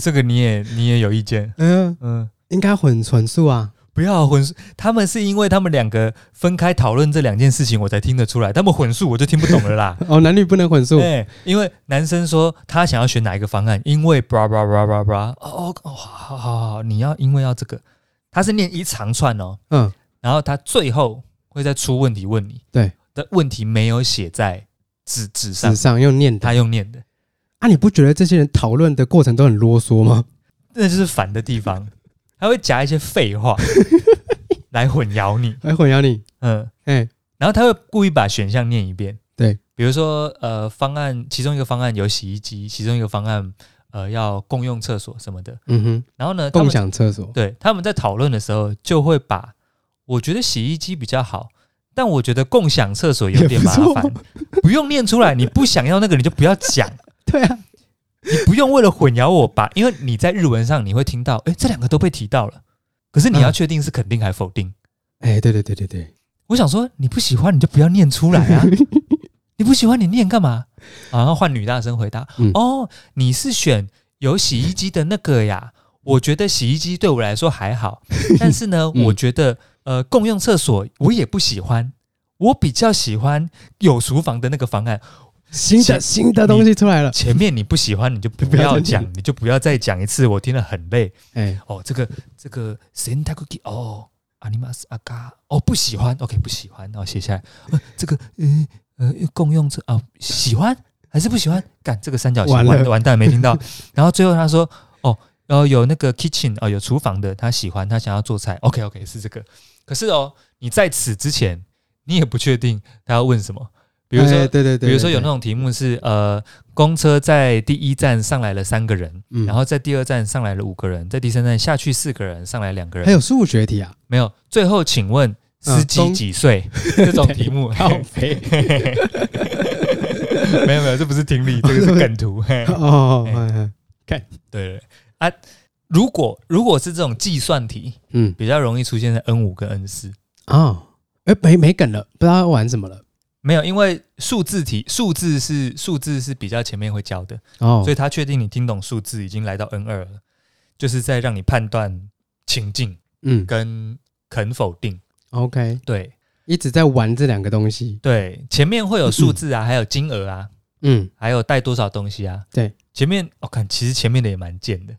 A: 这个你也你也有意见？
B: 嗯、
A: 嗯，
B: 应该混混宿啊，
A: 不要混宿，他们是因为他们两个分开讨论这两件事情，我才听得出来。他们混宿我就听不懂了啦。
B: 哦，男女不能混宿，
A: 对，因为男生说他想要选哪一个方案，因为 bra bra bra bra bra，哦哦哦，好好好好，你要因为要这个，他是念一长串哦，
B: 嗯，
A: 然后他最后会再出问题问你，
B: 对，
A: 但问题没有写在纸纸上
B: 纸，上又念的
A: 他用念的，
B: 啊，你不觉得这些人讨论的过程都很啰嗦吗？
A: 那就是烦的地 方，他会夹一些废话来混淆你，
B: 哎，混淆你，
A: 嗯，
B: 哎，
A: 然后他会故意把选项念一遍，
B: 对，
A: 比如说呃方案，其中一个方案有洗衣机，其中一个方案呃要共用厕所什么的，
B: 嗯哼，
A: 然后呢，他
B: 共
A: 们
B: 享厕所，
A: 对，他们在讨论的时候就会把我觉得洗衣机比较好，但我觉得共享厕所有
B: 也
A: 点
B: 不
A: 麻
B: 错
A: 烦，不用念出来。你不想要那个，你就不要 讲，
B: 对啊，
A: 你不用为了混淆我把，因为你在日文上你会听到，哎，这两个都被提到了，可是你要
B: 嗯
A: 确定是肯定还否定。
B: 哎，对对对对对，
A: 我想说，你不喜欢你就不要念出来 啊，你不喜欢你念干嘛？啊然后换女大生回答，
B: 嗯
A: 哦，你是选有洗衣机的那个呀？我觉得洗衣机对我来说还 好，但是呢，
B: 嗯
A: 我觉得呃共用厕所我也不喜欢，我比较喜欢有厨房的那个方案。
B: 新
A: 其
B: 的新的东西出来了，
A: 前面你不喜欢你就不
B: 不要
A: 要
B: 再
A: 讲，你就不要再讲一次，我听了很累。
B: 哎，
A: 哦，这个这个 Santa Cookie 哦，阿尼玛斯阿嘎哦，不喜欢，OK，不喜欢，然后写下来。呃、这个呃呃共用这啊、喜欢还是不喜欢？干这个三角形
B: 完了
A: 完完蛋没听到。 然后最后他说哦，然、后有那个 kitchen 哦，有厨房的，他喜欢，他想要做菜，OK OK 是这个。可是哦，你在此之前你也不确定他要问什么，比如说。
B: 哎对对对，
A: 比如说有那
B: 种，
A: 种题目是，呃，公车在第一站上来了三个人，
B: 嗯
A: 然后在第二站上来了五个人，在第三站下去四个人，上来两个人。
B: 还有嗯数学题 啊，
A: 没有？最后请问司机
B: 公
A: 几岁？这种题目，
B: 靠背，
A: 没有没有，这不是听力，这个是梗 图。嘿
B: 哦，
A: 哎
B: 哎哎
A: 对对对啊，如果如果是这种计算题，
B: 嗯，
A: 比较容易出现在 N 五跟 N 四。
B: 哦，哎，没没梗了，不知道要玩什么了，
A: 没有，因为数字题，数字是数字是比较前面会教的，
B: 哦
A: 所以，他确定你听懂数字已经来到 N 二了，就是在让你判断情境
B: 嗯
A: 跟肯否定。
B: ，OK，
A: 对，
B: 一直在玩这两个东西，
A: 对，前面会有数字啊，还有金额啊，
B: 嗯，
A: 还有带多少东西啊。
B: 对，
A: 前面我、看其实前面的也蛮贱的。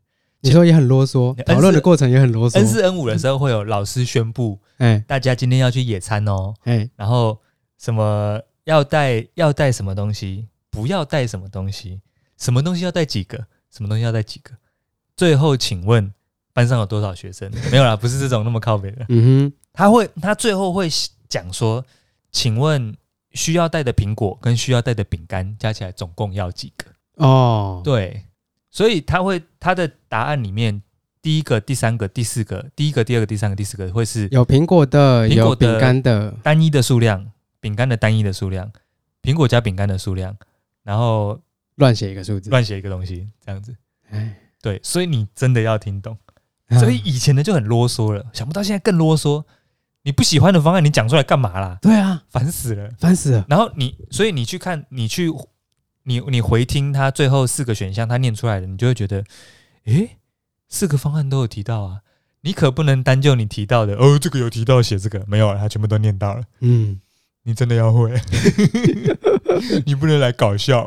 B: 你说也很啰嗦，
A: N4
B: 讨论的过程也很啰
A: N
B: 嗦，
A: 四 N 五的时候会有老师宣布
B: 哎
A: 大家今天要去野餐哦，
B: 哎，
A: 然后什么要带要带什么东西，不要带什么东西，什么东西要带几个，什么东西要带几个。最后请问班上有多少学生？没有啦，不是这种那么靠北的。
B: 嗯哼，
A: 他会他最后会讲说，请问需要带的苹果跟需要带的饼干加起来总共要几个？
B: 哦，
A: 对，所以他会他的答案里面第一个、第三个、第四个，第一个、第二个、第三个、第四个会是
B: 有苹果的，
A: 苹果
B: 有
A: 的
B: 饼干的，
A: 单一的数量，饼干的单一的数量，苹果加饼干的数量，然后
B: 乱写一个数字，
A: 乱写一个东西这样子。
B: 哎，
A: 对，所以你真的要听懂。所以
B: 啊
A: 以前的就很啰嗦了，想不到现在更啰嗦。你不喜欢的方案，你讲出来干嘛啦？
B: 对啊，
A: 烦死了。
B: 烦死了，
A: 然后你，所以你去看，你去，你你回听他最后四个选项，他念出来的，你就会觉得，诶，四个方案都有提到啊，你可不能单就你提到的，哦，这 个有提到写这个没有啊，他全部都念到了，
B: 嗯，
A: 你真的要会，你不能来搞 笑。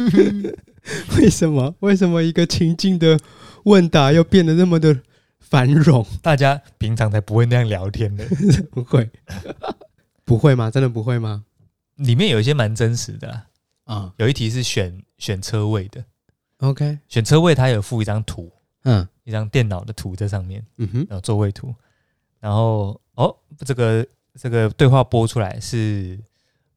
B: 为什么？为什么一个情境的问答又变得那么的繁荣？
A: 大家平常才不会那样聊天的。
B: 不会， 不会吗？真的不会吗？
A: 里面有一些蛮真实的啊、
B: 啊、
A: 有一题是选选车位的，
B: o k
A: 选车位它有附一张图，
B: 嗯
A: 一张电脑的图在上面，
B: 嗯哼，
A: 然呃后座位图。然后哦，这个这个对话播出来是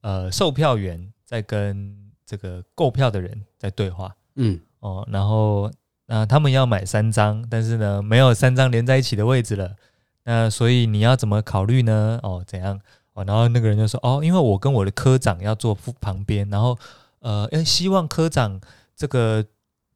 A: 呃售票员在跟这个购票的人在对话
B: 嗯，
A: 哦，然后那、他们要买三张，但是呢没有三张连在一起的位置了，那所以你要怎么考虑呢？哦，怎样？哦，然后那个人就说哦，因为我跟我的科长要坐旁边，然后呃，呃希望科长这个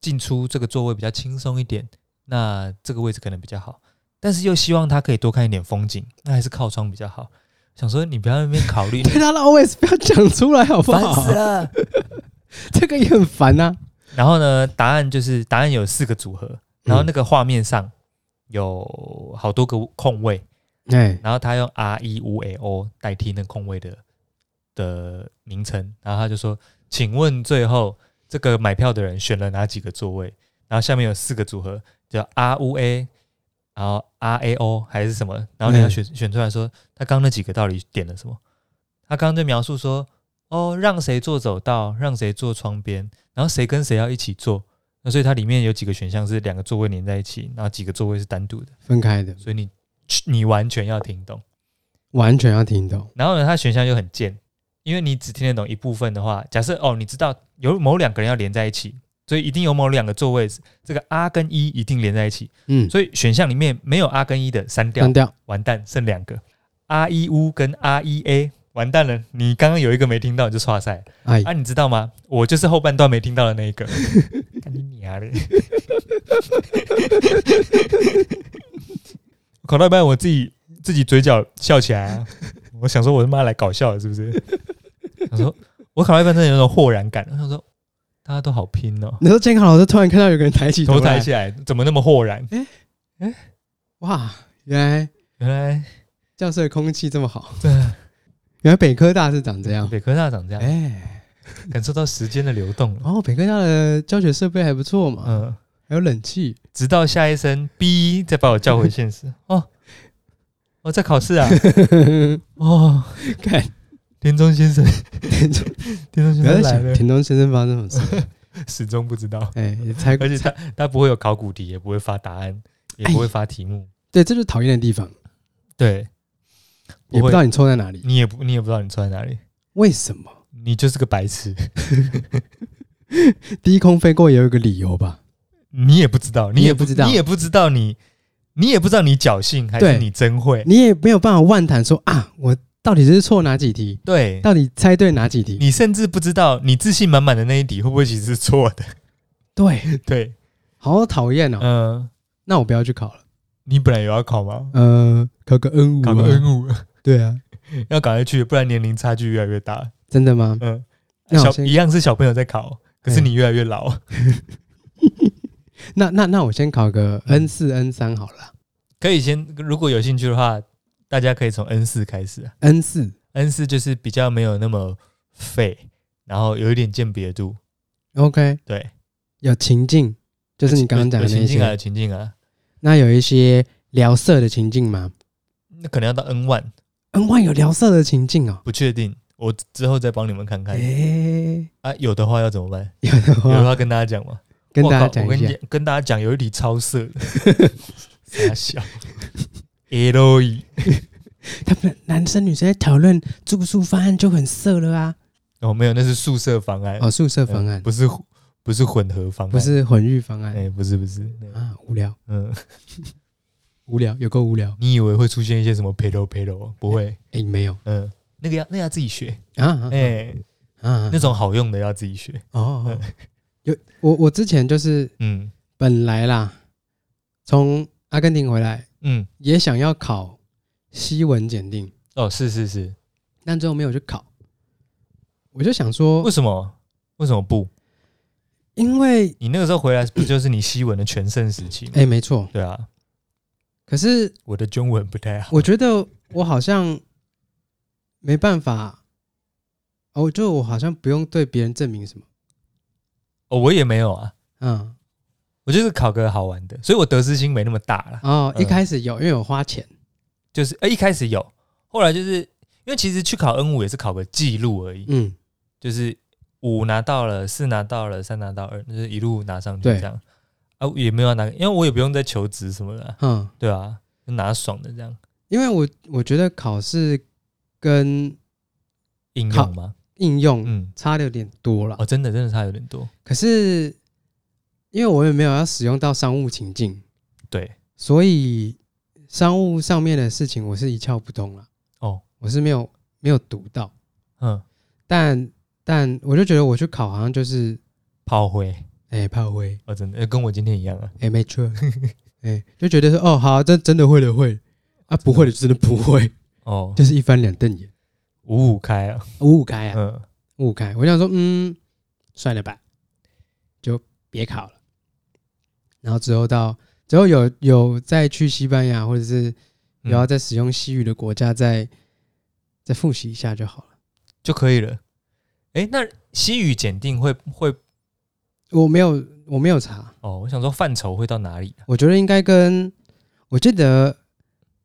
A: 进出这个座位比较轻松一点，那这个位置可能比较好，但是又希望他可以多看一点风景，那还是靠窗比较好。想说你不要在那边考 虑
B: 对他的 always 不要讲出来好不
A: 烦死
B: 好？
A: 了。
B: 这个也很烦啊呐、
A: 然后呢，答案就是答案有四个组合，然后
B: 嗯
A: 那个画面上有好多个空位，
B: 哎、
A: 然后他用 R E U A O 代替那空位的的名称，然后他就说：“请问最后这个买票的人选了哪几个座位？”然后下面有四个组合，叫 R U A，然后 R A O 还是什么？然后你要选、选出来说，他刚那几个到底点了什么？他刚刚就描述说：“哦，让谁坐走道，让谁坐窗边，然后谁跟谁要一起坐。”那所以它里面有几个选项是两个座位连在一起，然后几个座位是单独的，
B: 分开的，
A: 所以你你完全要听懂。
B: 完全要听懂。
A: 然后呢，它选项又很贱，因为你只听得懂一部分的话，假设哦，你知道有某两个人要连在一起，所以一定有某两个座位，这个 R 跟 E 一、一定连在一起，
B: 嗯，
A: 所以选项里面没有 R 跟一、E 的删掉
B: 删，掉。
A: 完蛋，剩两个 R 一 U 跟 R 一 A，完蛋了，你刚刚有一个没听到你就刷赛
B: 哎，
A: 啊，你知道吗？我就是后半段没听到的那一个， 干你娘 嘞！考到一半，我自己自己嘴角笑起来、啊，我想说我他妈来搞笑的，是不是？想说，我考到一半真的有种豁然感，我想说大家都好拼哦，
B: 你说监考老师突然看到有个人抬起
A: 头
B: 来
A: 抬起来怎么那么豁然？
B: 哇，原来
A: 原来
B: 教室的空气这么好，
A: 对，
B: 原来北科大是长这样。
A: 北科大长这样，
B: 啊哎，
A: 感受到时间的流动了。
B: 哦，北科大的教学设备还不错嘛，
A: 嗯。
B: 还有冷 气。
A: 直到下一声“哔”再把我叫回现 实。哦，我、在考试啊！哦，
B: 看，
A: 田中先生，
B: 田中
A: 田中先生
B: 不要再
A: 来
B: 想
A: 了，
B: 田中先生发生什么 事。
A: 始终不知道。
B: 哎，也猜
A: 而且他他不会有考古题，也不会发答案，也不会发题目。
B: 对，这就是讨厌的地方，
A: 对，
B: 也不
A: 会
B: 知道你错在哪里。
A: 你也不你也不知道你错在哪里，
B: 为什么
A: 你就是个白痴，
B: 低空飞过也有一个理由吧？
A: 你也不知道，
B: 你也不知道
A: 你也不知道你，你也不知道你侥幸还
B: 对
A: 是你真会。
B: 你也没有办法妄谈说啊，我到底是错哪几题，
A: 对，
B: 到底猜对哪几题？
A: 你甚至不知道你自信满满的那一题会不会其实是错 的。
B: 对，
A: 对，
B: 好讨厌
A: 嗯、
B: 哦。那我不要去考了。
A: 你本来有要考吗？
B: 呃，考个 N 五、啊，
A: 考个 N 五，
B: 对啊，
A: 要赶快去，不然年龄差距越来越大。
B: 真的吗？
A: 嗯，
B: 那
A: 小
B: 我先
A: 一样是小朋友在考，可是
B: 嗯
A: 你越来越老，
B: 那那那我先考个 N 四 N 三好了
A: 可以先如果有兴趣的话，大家可以从 N 四开始啊。
B: ，N 四
A: N 四就是比较没有那么废，然后有一点鉴别度，
B: OK，
A: 对，
B: 有情境，就是你刚刚讲的
A: 有
B: 那
A: 情境啊，有
B: 些。
A: 情境啊，
B: 那有一些聊色的情境吗
A: 那可能要到 N one，
B: ？N one 有聊色的情境哦。
A: 不确定，我之后再帮你们看看
B: 诶，
A: 啊。有的话要怎么办？
B: 有的
A: 有的
B: 话
A: 话跟大家讲嘛。
B: 跟
A: 我
B: 大家
A: 靠
B: 讲
A: 我跟
B: 一
A: 你
B: 下
A: 讲，跟大家讲有一题超色的，傻笑，L E。
B: 他们男生女生在讨论住宿方案就很色了啊。
A: 哦，没有，那是宿舍方案，
B: 哦，宿舍
A: 嗯
B: 方案
A: 不是不是混合方案，
B: 不，是混浴方案
A: 哎，不是不是，对
B: 啊，无聊
A: 嗯，
B: 无聊，有够无聊。
A: 你以为会出现一些什么 p e d o p e d o 不会，
B: 诶，没有
A: 嗯，那个要那个要自己学，
B: 啊啊
A: 哎，
B: 啊啊
A: 那种哎好用的要自己学，
B: 哦哦，哦有我我之前就是
A: 嗯
B: 本来啦，从阿根廷回来
A: 嗯，
B: 也想要考西文检定，
A: 哦，是是是，
B: 但最后没有去考。我就想说
A: 为，什么为什么不？
B: 因为
A: 你那个时候回来不就是你西文的全盛时期吗？
B: 哎、没错，
A: 对啊，
B: 可是
A: 我的中文不太好，
B: 我觉得我好像没办法哦，就我好像不用对别人证明什么，
A: 哦，我也没有啊，
B: 嗯，
A: 我就是考个好玩的，所以我得失心没那么大啦。
B: 哦，一
A: 嗯
B: 开始有，因为我花钱，
A: 就是呃一开始有，后来就是因为其实去考 N 五也是考个记录而已，
B: 嗯，
A: 就是五拿到了，四拿到了，三拿到二，就是一路拿上去
B: 对
A: 这样。啊，也没有要拿，因为我也不用再求职什么的啊、
B: 嗯，
A: 对啊，就拿爽的这样
B: 因为我我觉得考试跟
A: 应
B: 好
A: 用吗？
B: 应用
A: 嗯，
B: 差的有点多了，
A: 哦，真的真的差有点多，
B: 可是因为我也没有要使用到商务情境，
A: 对，
B: 所以商务上面的事情我是一窍不通了。
A: 哦，
B: 我是没有没有读到，
A: 嗯，
B: 但但我就觉得我去考好像就是
A: 炮灰，
B: 哎炮灰，
A: 哦，真的呃跟我今天一样啊，
B: 哎没错， 哎就觉得说哦好，这真的会的会啊，不会的就真的不会，
A: 哦，
B: 就是一翻两瞪眼，
A: 五五开啊，
B: 五五开啊，
A: 嗯，
B: 五五开。我想说嗯，算了吧，就别考了。然后之后到之后有有再去西班牙或者是
A: 嗯
B: 有啊要再使用西语的国家再再复习一下就好了。
A: 就可以了。哎，那西语检定会会
B: 我没有我没有查，
A: 哦，我想说范畴会到哪里啊？
B: 我觉得应该跟我记得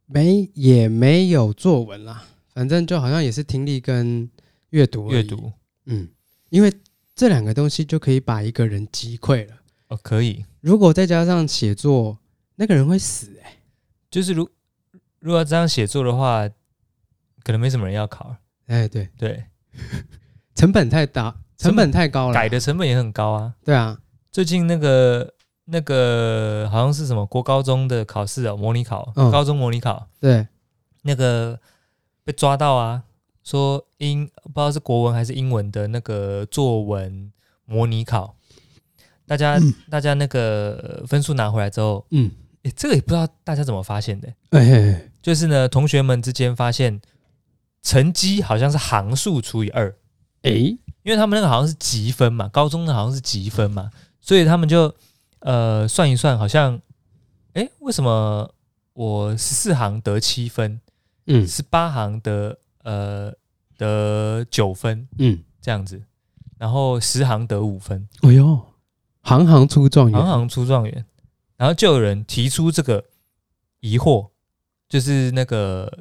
B: 没也没有作文啦，反正就好像也是听力跟阅读而已
A: 阅，读
B: 嗯，因为这两个东西就可以把一个人击溃了。
A: 哦，可以，
B: 如果再加上写作，那个人会死哎、
A: 就是如如果要这样写作的话，可能没什么人要考，
B: 哎，对，
A: 对，
B: 成本太大，成本太高了，
A: 改的成本也很高啊。
B: 对啊，
A: 最近那个那个好像是什么国高中的考试啊，模拟考，
B: 嗯
A: 高中模拟考，
B: 对，
A: 那个被抓到啊，说英不知道是国文还是英文的那个作文模拟考，大家、大家那个分数拿回来之后，
B: 嗯，
A: 诶，这个也不知道大家怎么发现的，
B: 哎哎，哎
A: 就是呢，同学们之间发现成绩好像是行数除以二，
B: 哎，
A: 因为他们那个好像是积分嘛，高中的好像是积分嘛，所以他们就呃算一算，好像诶，为什么我十四行得七分？
B: 嗯
A: 十八行得呃得九分
B: 嗯，
A: 这样子，然后十行得五分，
B: 哎呦，行行出状元，
A: 行行出状元。然后就有人提出这个疑惑，就是那个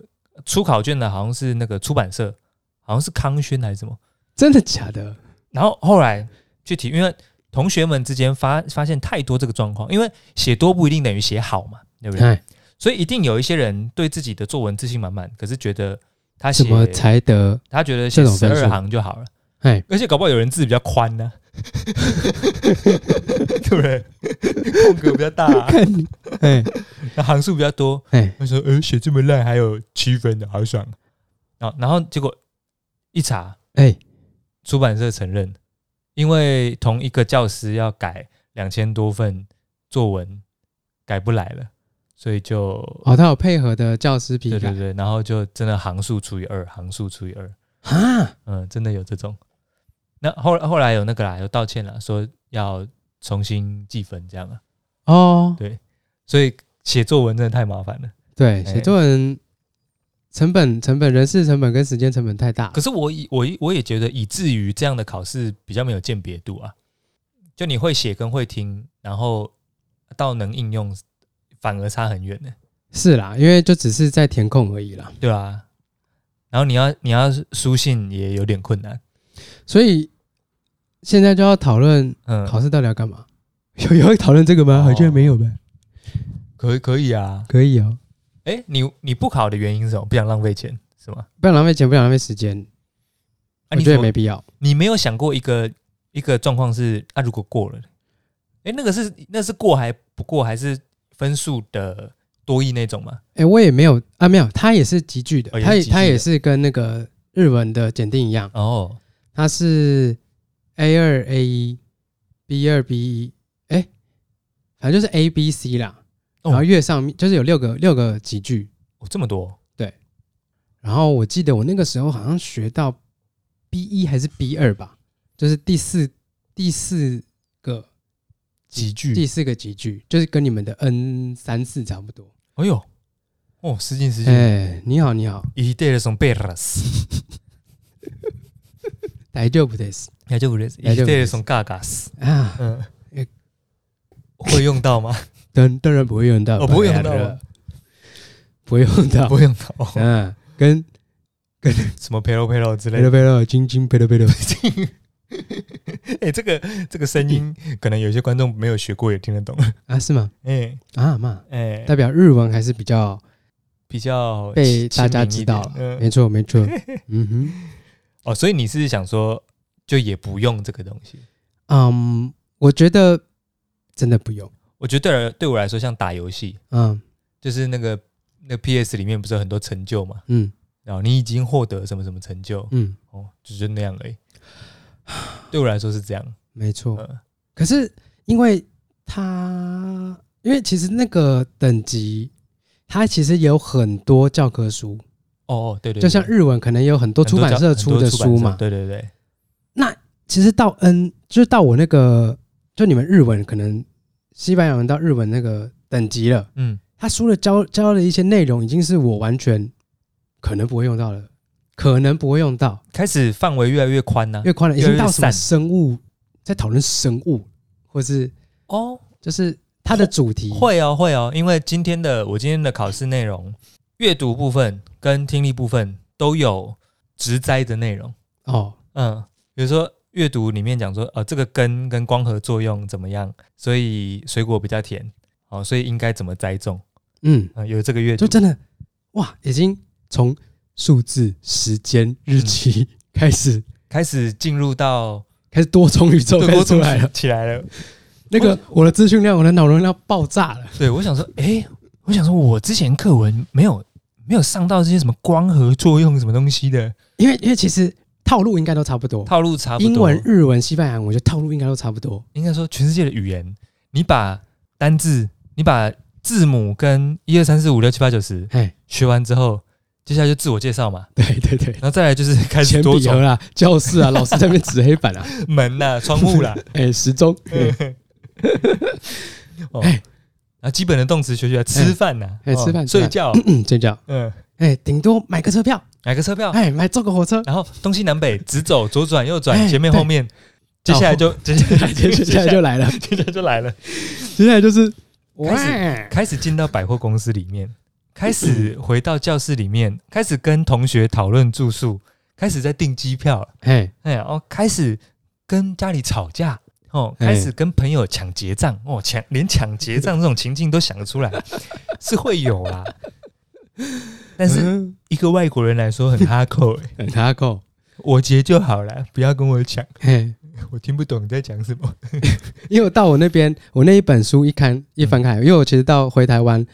A: 出考卷的好像是那个出版社，好像是康轩还是什么。
B: 真的假的？
A: 然后后来去提，因为同学们之间发发现太多这个状况，因为写多不一定等于写好嘛，对不对？
B: 哎，
A: 所以一定有一些人对自己的作文自信满满，可是觉得他写
B: 怎么 才得？
A: 他觉得写
B: 这种
A: 十
B: 分数
A: 二行就好了，
B: 哎，
A: 而且搞不好有人字比较宽呢、 对不对？空格比较大、啊，
B: 看你，哎
A: 那行数比较多。
B: 哎，
A: 他说：“呃，写这么烂，还有七分的，好爽。”然后，然后结果一查，
B: 哎，
A: 出版社承认，因为同一个教师要改两千多份作文，改不来了，所以就、
B: 哦，他有配合的教师批
A: 对对
B: 改
A: 对，然后就真的行数除以二，行数除以二。
B: 啊，
A: 嗯，真的有这种。那后后来有那个啦，有道歉啦，说要重新计分这样啊。
B: 哦，
A: 所以写作文真的太麻烦了。
B: 对，
A: 哎
B: 写作文成本、成本、人事成本跟时间成本太大
A: 可。是我以我以我也觉得，以至于这样的考试比较没有鉴别度啊。就你会写跟会听，然后到能应用，反而差很远呢、
B: 是啦，因为就只是在填空而已啦。
A: 对啊。然后你要你要书信也有点困难，
B: 所以现在就要讨论
A: 嗯，
B: 考试到底要干嘛？ 有有要讨论这个吗？
A: 哦
B: 好像没有吧？
A: 可以可以啊。
B: 可以哦，
A: 哎，你你不考的原因是什么？不想浪费钱是吗？
B: 不想浪费钱，不想浪费时间，
A: 啊，
B: 我
A: 你
B: 觉
A: 怎
B: 得
A: 么
B: 没必要。
A: 你没有想过一个一个状况是啊，如果过了，哎，那个是那是过还不过还是分数的多亿那种吗？
B: 哎，我也没有啊，没有，它也是集句的
A: 哦，也是
B: 它
A: 集句的
B: 它也是跟那个日文的检定一样，
A: 哦，
B: 它是 A 二 A 一，B 二 B 一，哎，反正就是 A B C 啦，
A: 哦
B: 然后越上面就是有六个六个集句，
A: 哦这么多
B: 然后我记得我那个时候好像学到 B 一还是 B 二吧，就是第四第四个
A: 集
B: 第
A: 聚，
B: 四个集句，就是跟你们的 N 三四差不多。
A: 哎呦，哦，失敬失敬，
B: 哎，你好，你好，
A: 一代的从贝拉斯，
B: 大丈夫です
A: 大丈夫です。
B: 大丈夫です
A: 这从嘎嘎死，
B: 啊，
A: 嗯
B: え，
A: 会用到吗？
B: 当当然不会用到，
A: 哦不会用到
B: 了
A: 吗
B: 不会用到
A: 不，会用到，哦
B: 嗯，跟
A: 什么 pillow pillow 之
B: 贝
A: 类的。
B: 洛贝洛金金贝洛贝洛，
A: 哎，这个这个声音，可能有些观众没有学过，也听得懂。
B: 啊，是吗？
A: 哎
B: 啊嘛，
A: 哎，
B: 代表日文还是比较
A: 比较
B: 被
A: 亲
B: 大家
A: 民一
B: 知道
A: 点
B: 了，
A: 嗯
B: 没错没 错，嗯哼。
A: 哦，所以你是想说，就也不用这个东西？
B: 嗯，我觉得真的不用。
A: 我觉得对我对我来说，像打游戏，
B: 嗯
A: 就是那个那个 PS 里面不是有很多成就嘛，
B: 嗯
A: 然后你已经获得什么什么成就，
B: 嗯，
A: 哦，就是那样而已。对我来说是这样，
B: 没错。
A: 嗯
B: 可是因为它，因为其实那个等级，它其实有很多教科书，
A: 哦，对对，
B: 就像
A: 对
B: 日文可能有很多
A: 很
B: 出版
A: 教
B: 社
A: 很
B: 出
A: 多
B: 的
A: 出版
B: 书
A: 社
B: 嘛。
A: 对对对，
B: 其实到 N，就是到我那个，就你们日文可能西班牙文到日文那个等级了，
A: 嗯，
B: 他书的教教的一些内容已经是我完全可能不会用到了，可能不会用到。
A: 开始范围越来越宽呐、
B: 越宽了，已经到
A: 越
B: 什
A: 来
B: 么
A: 越散
B: 生物，在讨论生物，或是
A: 哦，
B: 就是它的主题，
A: 会哦会哦，因为今天的我今天的考试内容，阅读部分跟听力部分都有植栽的内容。
B: 哦，
A: 嗯，比如说阅读里面讲说，呃，这个根跟光合作用怎么样，所以水果比较甜，哦，所以应该怎么栽种，
B: 嗯，
A: 嗯、有这个阅读
B: 就，真的哇，已经从数字、时间、日期开始，
A: 开始进入到
B: 开始多重宇宙
A: 对
B: 开
A: 我
B: 始
A: 怎
B: 出
A: 么
B: 来了。
A: 起来了。
B: 那个我的资讯量，我的脑容量爆炸了。
A: 对，我想说，诶，我想说，我之前课文没有没有上到这些什么光合作用什么东西的
B: 因为因为其实套路应该都差不多，
A: 套路，差不多。
B: 英文、日文、西班牙文，我觉得套路应该都差不多。
A: 应该说全世界的语言，你把单字，你把字母跟一二三四五六七八九十
B: 哎，
A: 学完之后，接下来就自我介绍嘛，
B: 对对对，
A: 然后再来就是 开始
B: 铅
A: 多
B: 笔
A: 种
B: 盒啦、教室啊、老 师在那边指黑 板啊，
A: 门呐、窗户啦，
B: 哎，时钟，哎
A: 哦，
B: 哎
A: 然后基本的动词学学，啊吃饭呐，
B: 哎
A: 哦
B: 吃饭吃
A: 睡
B: 饭
A: 觉，
B: 嗯，这样，
A: 嗯，
B: 哎，顶多买个车票，
A: 买个车票，
B: 哎，买坐个 火车，
A: 然后东西南北直走，左转右转，
B: 哎
A: 前面
B: 对哦
A: 后面，接下来就接下来
B: 哎接下来就来了，
A: 接下来就来了，
B: 接下来就是
A: 开始
B: 哇，
A: 开始进到百货公司里
B: 嗯
A: 面，开始回到教室里面，开始跟同学讨论住宿，开始在订机票，
B: 哎，
A: 哎呀哦，开始跟家里吵架哦，
B: 哎
A: 开始跟朋友抢结账哦，抢连抢结账这种情境都想得出 来，是会有啦。但是
B: 嗯
A: 一个外国人来说很哈扣、欸，
B: 很哈扣，
A: 我结就好了，不要跟我抢，
B: 哎，
A: 我听不懂你在讲什么。
B: 因为我到我那边，我那一本书一看一翻开，因为我其实到回台湾，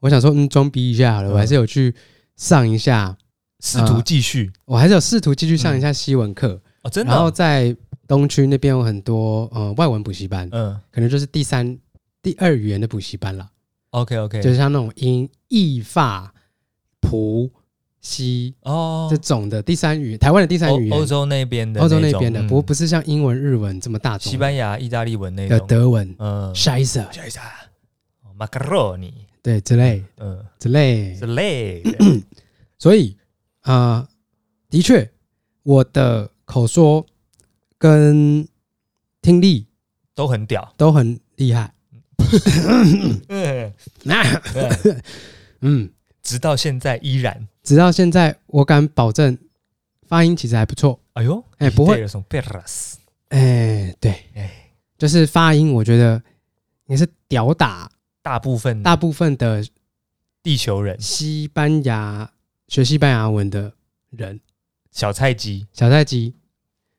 B: 我想说嗯装逼一下好了，
A: 嗯
B: 我还是有去上一下，
A: 试
B: 啊
A: 图继续、
B: 我还是有试图继续上一下西文课，
A: 哦，真的
B: 然后
A: 哦、
B: 在东区那边有很多呃外文补习班，
A: 嗯
B: 可能就是第三、第二语言的补习班了。
A: ，OK OK，
B: 就是像那种英、意、法、葡、西
A: 哦
B: 这，种的第三语言，台湾的第三
A: 欧
B: 语言，
A: 欧洲那边的
B: 欧洲
A: 种
B: 那边的，
A: 嗯
B: 不不是像英文、日文这么大众，
A: 西班牙、意大利文那
B: 的
A: 种，
B: 德文、
A: 嗯，哦
B: Scheiße
A: 下一下，macaroni，
B: 对之类
A: 嗯，
B: 之类
A: 之，类的，
B: 所以啊、呃的确，我的口说跟听力
A: 都很屌。
B: 都很厉害。
A: 嗯，
B: 那、嗯，
A: 直到现在依然。
B: 直到现在，我敢保证发音其实还不错。
A: 哎呦，
B: 哎不会
A: 有什么 perras，
B: 哎，对，
A: 哎，
B: 就是发音，我觉得也是屌打
A: 大部分
B: 大部分的
A: 地球人
B: 西班牙学西班牙文的人，
A: 小菜鸡
B: 小菜鸡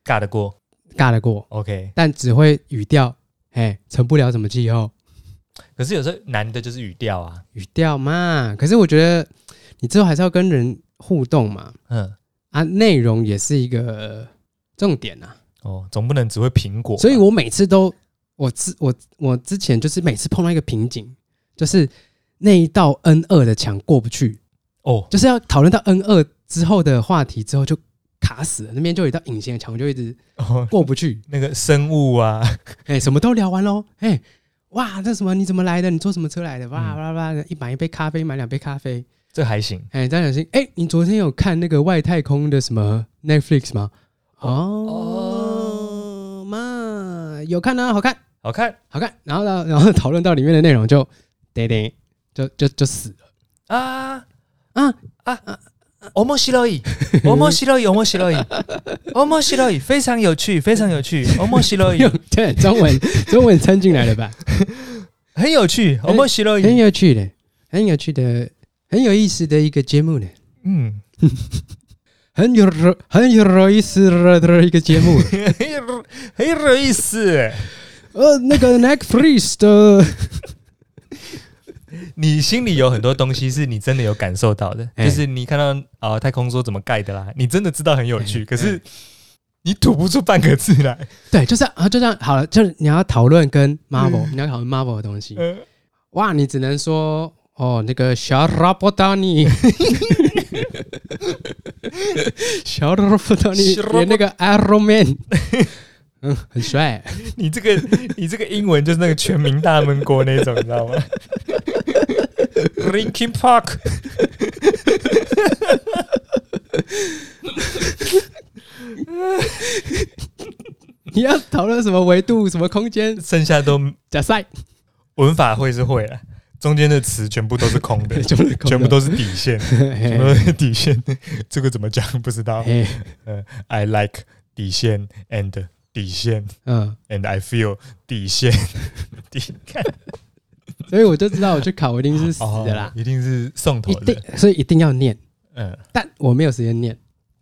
A: 尬得过。
B: 尬得过，
A: OK，
B: 但只会语调，哎，成不了什么气候，
A: 可是有时候难的就是语调啊。
B: 语调嘛。可是我觉得你之后还是要跟人互动嘛，
A: 嗯，
B: 啊，内容也是一个重点啊。
A: 哦，总不能只会苹果吧。
B: 所以我每次都，我之我我之前就是每次碰到一个瓶颈，就是那一道 N 二的墙过不去，
A: 哦，
B: 就是要讨论到 N 二之后的话题之后就卡死了，那边就有一道隐形的墙，我就一直
A: 哦
B: 过不去。
A: 那个生物啊，
B: 哎、什么都聊完喽，哎、哇，这什么？你怎么来的？你坐什么车来的？哇
A: 嗯
B: 哇哇！一买一杯咖啡，买两杯咖啡。
A: 这还行。
B: 哎、张小新，哎、你昨天有看那个外太空的什么 Netflix 吗？哦，妈，有看啊，好看，
A: 好看
B: 好看。然后呢，然后讨论到里面的内容就，得得，就就就死了。
A: 啊面
B: 啊，
A: 白 い，面白い，面白い，面白い，非常有趣，非常有趣，面白
B: 用
A: い，
B: 对中文中文掺进来了吧？
A: 很有趣，面白
B: 很
A: い。
B: 有趣的，很有趣的，很有意思的一个节目呢，
A: 嗯，
B: 很有很有意思的一个节 目。
A: 很有很有意思。
B: 呃，那个 Netflix 的，
A: 你心里有很多东西是你真的有感受到的，
B: 哎
A: 就是你看到啊、太空梭怎么盖的啦，你真的知道很有趣，可是你吐不出半个字来。
B: 对，就是啊，就这样好了，就是你要讨论跟 Marvel，、你要讨论 Marvel 的东西，
A: 呃
B: 哇，你只能说哦，那个小拉波达尼， 小拉波达尼
A: 小，
B: 连那个 Iron Man，嗯，很 帅，
A: 你这个你这个英文就是那个全民大闷锅那种，你知道 吗？Linkin Park，
B: 你要讨论什么维度、什么空间？
A: 剩下都
B: 假 赛，
A: 文法会是会了，中间的词全部都是空 的，
B: 全部空的
A: 全部都是底线，全部都是底线。 这个怎么讲不知道。
B: 嘿，
A: I like 底线 and 底线
B: 嗯，
A: and I feel 底线 底 看
B: 所以我就知道我去考我一定是死的啦
A: 哦，一定是送头
B: 一
A: 的。
B: 定，所以一定要念，
A: 嗯，
B: 但我没有时间念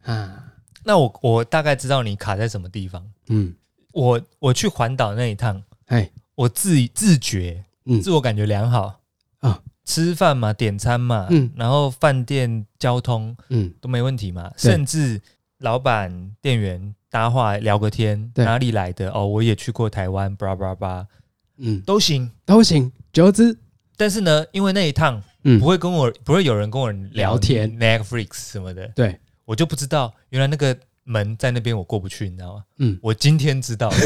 B: 啊，
A: 那我我大概知道你卡在什么地方。
B: 嗯，
A: 我我去环岛那一趟，
B: 哎，
A: 我自自觉，
B: 嗯
A: 自我感觉良好
B: 啊，
A: 吃饭嘛，点餐嘛，
B: 嗯
A: 然后饭店、交通
B: 嗯，
A: 都没问题嘛，
B: 对
A: 甚至老板、店员搭话聊个天，
B: 对
A: 哪里来的？哦，我也去过台湾，巴拉巴拉巴拉
B: 嗯，
A: 都行。
B: 都行，九之，
A: 但是呢，因为那一趟
B: 嗯
A: 不，会跟我，不会有人跟我聊
B: 聊天
A: Netflix 什么的，
B: 对，
A: 我就不知道原来那个门在那边我过不去，你知道吗？
B: 嗯，
A: 我今天知道了，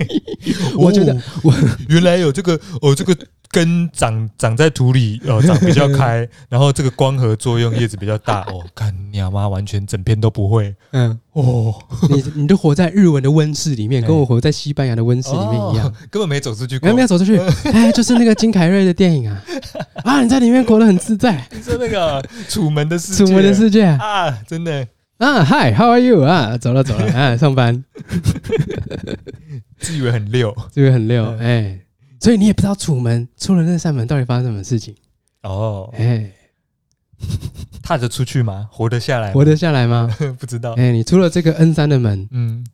B: 我觉得
A: 哦
B: 我
A: 原来有这个哦，这个根长长在土里，哦，长比较开， 然后这个光合作用叶子比较大，哦，看你妈完全整篇都不会
B: 嗯，
A: 哦，
B: 你你就活在日文的温室里面，跟我活在西班牙的温室里面一样
A: 哦。，根本没走出去过
B: 然后。没有走出去，哎，就是那个金凯瑞的电影啊，啊，你在里面活得很自在，
A: 你说那个楚门的世界，
B: 楚门的世界啊，
A: 啊，真的
B: 啊，Hi，How are you 啊，走了走了，啊，上班
A: 自以为很溜
B: 这个很溜，哎，所以你也不知道楚门出了那扇门到底发生什么事情，
A: 哦，
B: 哎，
A: 踏着出去吗？活得下来吗？
B: 活得下来吗？
A: 不知道，
B: 哎，你出了这个 N 三的门，
A: 嗯，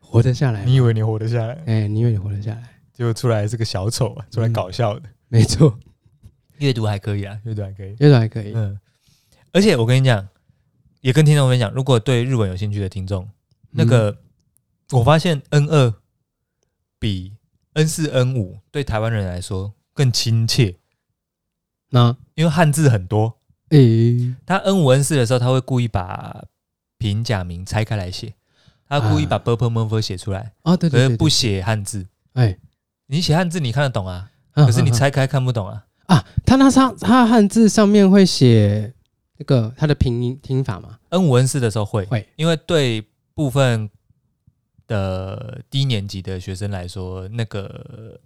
B: 活得下来吗
A: 你，以为你活得下来，
B: 哎，你以为你活得下来？
A: 结果出来是个小丑啊，出来搞笑的。
B: 没错，
A: 阅读还可以啊，阅读还可以。
B: 越来还可以，
A: 嗯，而且我跟你讲，也跟听众分享，如果对日文有兴趣的听众，
B: 嗯
A: 那个、我发现 N 二比 N 四 N 五对台湾人来说更亲切，
B: 那，哎
A: 因为汉字很多。
B: 诶，
A: 他 N 五 N 四的时候，他会故意把平假名拆开来写，他故意把
B: 啊
A: purple m u r p h 写出来，
B: 哦，对
A: 可
B: 对
A: 是
B: 对，
A: 不
B: 对，
A: 写汉字。
B: 哎，
A: 你写汉字你看得懂啊，
B: 可
A: 可是你拆开看不懂啊。
B: 啊，他那上他汉字上面会写那个他的拼音拼法嘛？
A: N 五 N 四的时候会，
B: 会
A: 因为对部分的低年级的学生来说，那个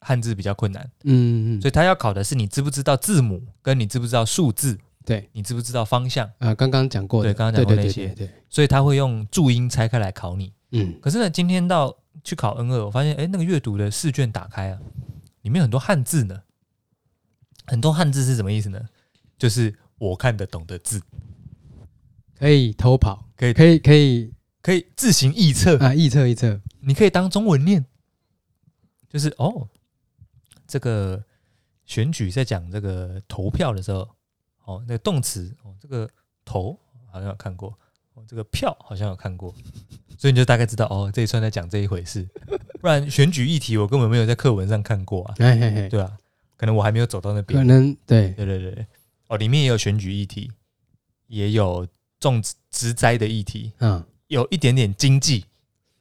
A: 汉字比较困难，
B: 嗯，嗯
A: 所以他要考的是你知不知道字母，跟你知不知道数字，
B: 对
A: 你知不知道方向，
B: 啊，刚刚讲过的，
A: 对刚刚讲过那些
B: 对对对对，
A: 所以他会用注音拆开来考你。
B: 嗯，
A: 可是呢，今天到去考 N 二，我发现哎，诶那个阅读的试卷打开啊，里面很多汉字呢，很多汉字是什么意思呢？就是我看得懂的字，
B: 可以偷跑，
A: 可以
B: 可以可以
A: 可以自行臆测。
B: 啊，臆测臆测，
A: 你可以当中文念，就是哦，这个选举在讲这个投票的时候，哦，那个动词哦，这个投好像有看过，哦，这个票好像有看过，所以你就大概知道哦，这一串在讲这一回事。 不然选举议题我根本没有在课文上看过啊，
B: 哎嘿嘿，
A: 对啊，可能我还没有走到那
B: 可
A: 边。
B: 能对，
A: 对对对，对哦，里面也有选举议题，也有种植植栽的议题，
B: 嗯
A: 有一点点经济，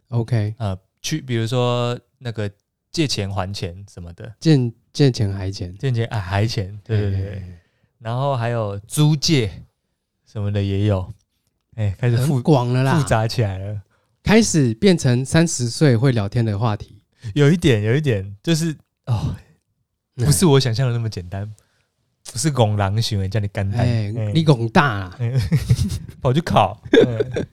B: ，OK，
A: 呃，去比如说那个借钱还钱什么的，
B: 见见钱还钱，
A: 借钱啊还钱，对对对，
B: 哎，
A: 然后还有租借什么的也有，哎、哎，开始复
B: 很广了
A: 复
B: 啦，
A: 杂起来了，
B: 开始变成三十岁会聊天的话题。
A: 有一点，有一点，就是哦，不是我想象的那么简单，不是拱狼行为叫你干单，
B: 哎，
A: 哎
B: 你拱大啦，
A: 跑去考，嗯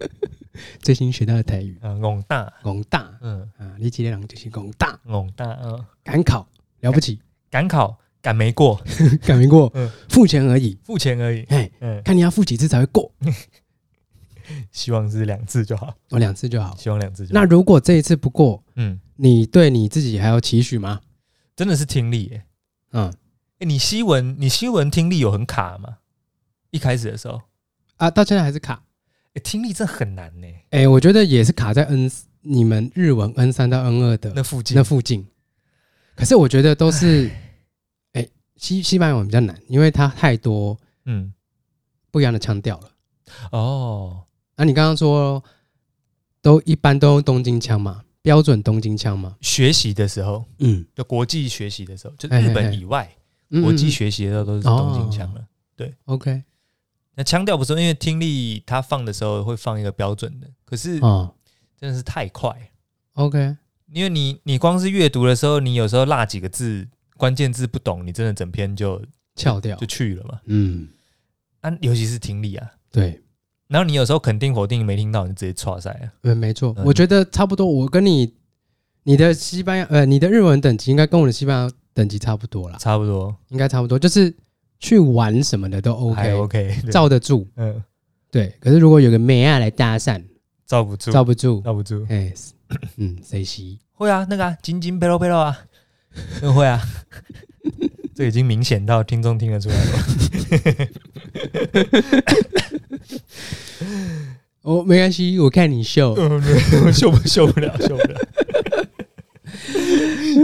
B: 最新学到的台语，
A: 嗯，拱大，
B: 拱大
A: 嗯，
B: 啊，你今天人就是拱大，
A: 拱大，嗯，
B: 敢考了不起，
A: 赶考赶没过，
B: 敢没过
A: 嗯，
B: 付钱而已，
A: 付钱而已，
B: 哎，
A: 嗯，
B: 看你要付几次才会过，
A: 希望是两次就好，
B: 我两次就好。
A: 希望两次就好。
B: 那如果这一次不过，
A: 嗯，
B: 你对你自己还有期许吗？
A: 真的是听力耶，
B: 嗯
A: 哎，你西文你西文听力有很卡吗？一开始的时候，
B: 啊，到现在还是卡。
A: 哎，听力真的很难呢，
B: 哎、我觉得也是卡在 N 你们日文 N 三到 N 二的
A: 那附近
B: 那附近。可是我觉得都是，哎、西西班牙文比较难，因为它太多
A: 嗯，
B: 不一样的腔调了。
A: 哦，
B: 那、你刚刚说都一般都用东京腔嘛，标准东京腔嘛，
A: 学习的时候，
B: 嗯，
A: 就国际学习的时候，就
B: 哎
A: 日
B: 哎哎
A: 本以外，
B: 嗯
A: 国际
B: 嗯哦
A: 学习的时候都是东京腔了。
B: OK
A: 那腔调不是因为听力，它放的时候会放一个标准的，可是
B: 哦
A: 真的是太快，
B: ，OK，
A: 因为你你光是阅读的时候，你有时候落几个字，关键字不懂，你真的整篇就
B: 翘掉
A: 就，去了嘛。
B: 嗯，
A: 啊，尤其是听力啊，
B: 对，
A: 然后你有时候肯定否定没听到，你就直接岔塞了。
B: 嗯，没错，
A: 嗯
B: 我觉得差不多。我跟你，你的西班牙，呃，你的日文等级应该跟我的西班牙等级差不多啦，
A: 差不多
B: 应该差不多，就是去玩什么的都 OK，,
A: 还 OK，对
B: 罩得住。
A: 嗯
B: 对，可是如果有个妹啊来搭讪，
A: 罩不住，
B: 罩不住，
A: 罩不住，
B: 哎、是嗯，谁吸？
A: 会啊，那个啊，紧紧背喽背喽啊，那个会啊， 这已经明显到听众听得出来 了。
B: 哦，没关系，我看你秀。
A: 嗯，秀不秀不了，秀不 了，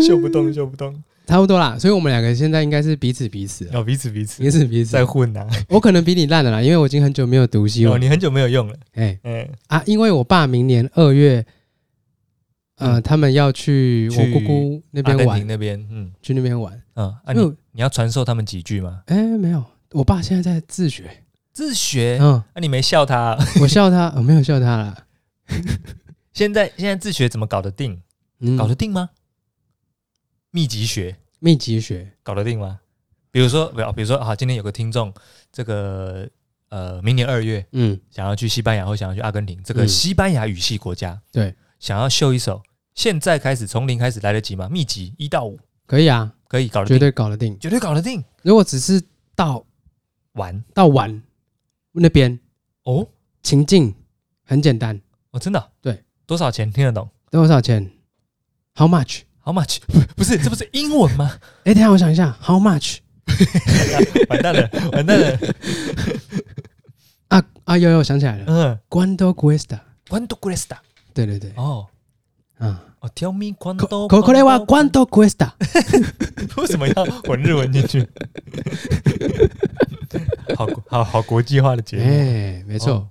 A: 秀不动，秀不动，
B: 差不多啦。所以我们两个现在应该是彼此彼此了，
A: 哦要彼此彼此
B: 彼此彼此
A: 在。混呐。
B: 我可能比你烂了啦，因为我已经很久没有读西
A: 哦，
B: 文。
A: 你很久没有用了，
B: 哎、
A: 嗯，
B: 啊，因为我爸明年二月，呃，他们要去我
A: 嗯去
B: 姑姑那
A: 阿
B: 边
A: 根
B: 玩
A: 廷，啊那边，嗯
B: 去那边玩。
A: 嗯，啊，
B: 因为
A: 你
B: 我
A: 你要传授他们几句吗？
B: 哎、没有，我爸现在在自学。
A: 自学，
B: 嗯，
A: 啊，你没笑他啊，
B: 我笑他，我、没有笑他啦。
A: 现在现在自学怎么搞得定？
B: 嗯，
A: 搞得定吗？密集学
B: 密集学，
A: 搞得定吗？比如说，比如比如说，好，今天有个听众，这个呃，明年二月
B: 嗯，
A: 想要去西班牙或想要去阿根廷这个
B: 嗯
A: 西班牙语系国家，
B: 对，
A: 想要秀一手，现在开始从零开始来得及吗？密集一到五
B: 可以啊，
A: 可以搞得
B: 绝
A: 定，
B: 对搞得定。
A: 绝对搞得定，
B: 如果只是到
A: 玩
B: 到玩那边
A: 哦
B: 情境很简单，
A: 哦，真的哦
B: 对，
A: 多少钱听得懂
B: 多少钱？How much？
A: ？How much？不是，这不是英文吗？
B: 哎、等一下我想一下，How much？
A: 完蛋了，完蛋了，
B: 啊啊，有有想起来了
A: 嗯
B: ，Cuánto cuesta？
A: ，Quanto cuesta？
B: 对对对，
A: 哦
B: 啊
A: 哦，Tell me
B: ，co
A: quanto？
B: co c o l e a cuánto cuesta？
A: 为什么要混日文进 去？好好好，国际化的节
B: 哎、
A: 目，
B: 没错，
A: 哦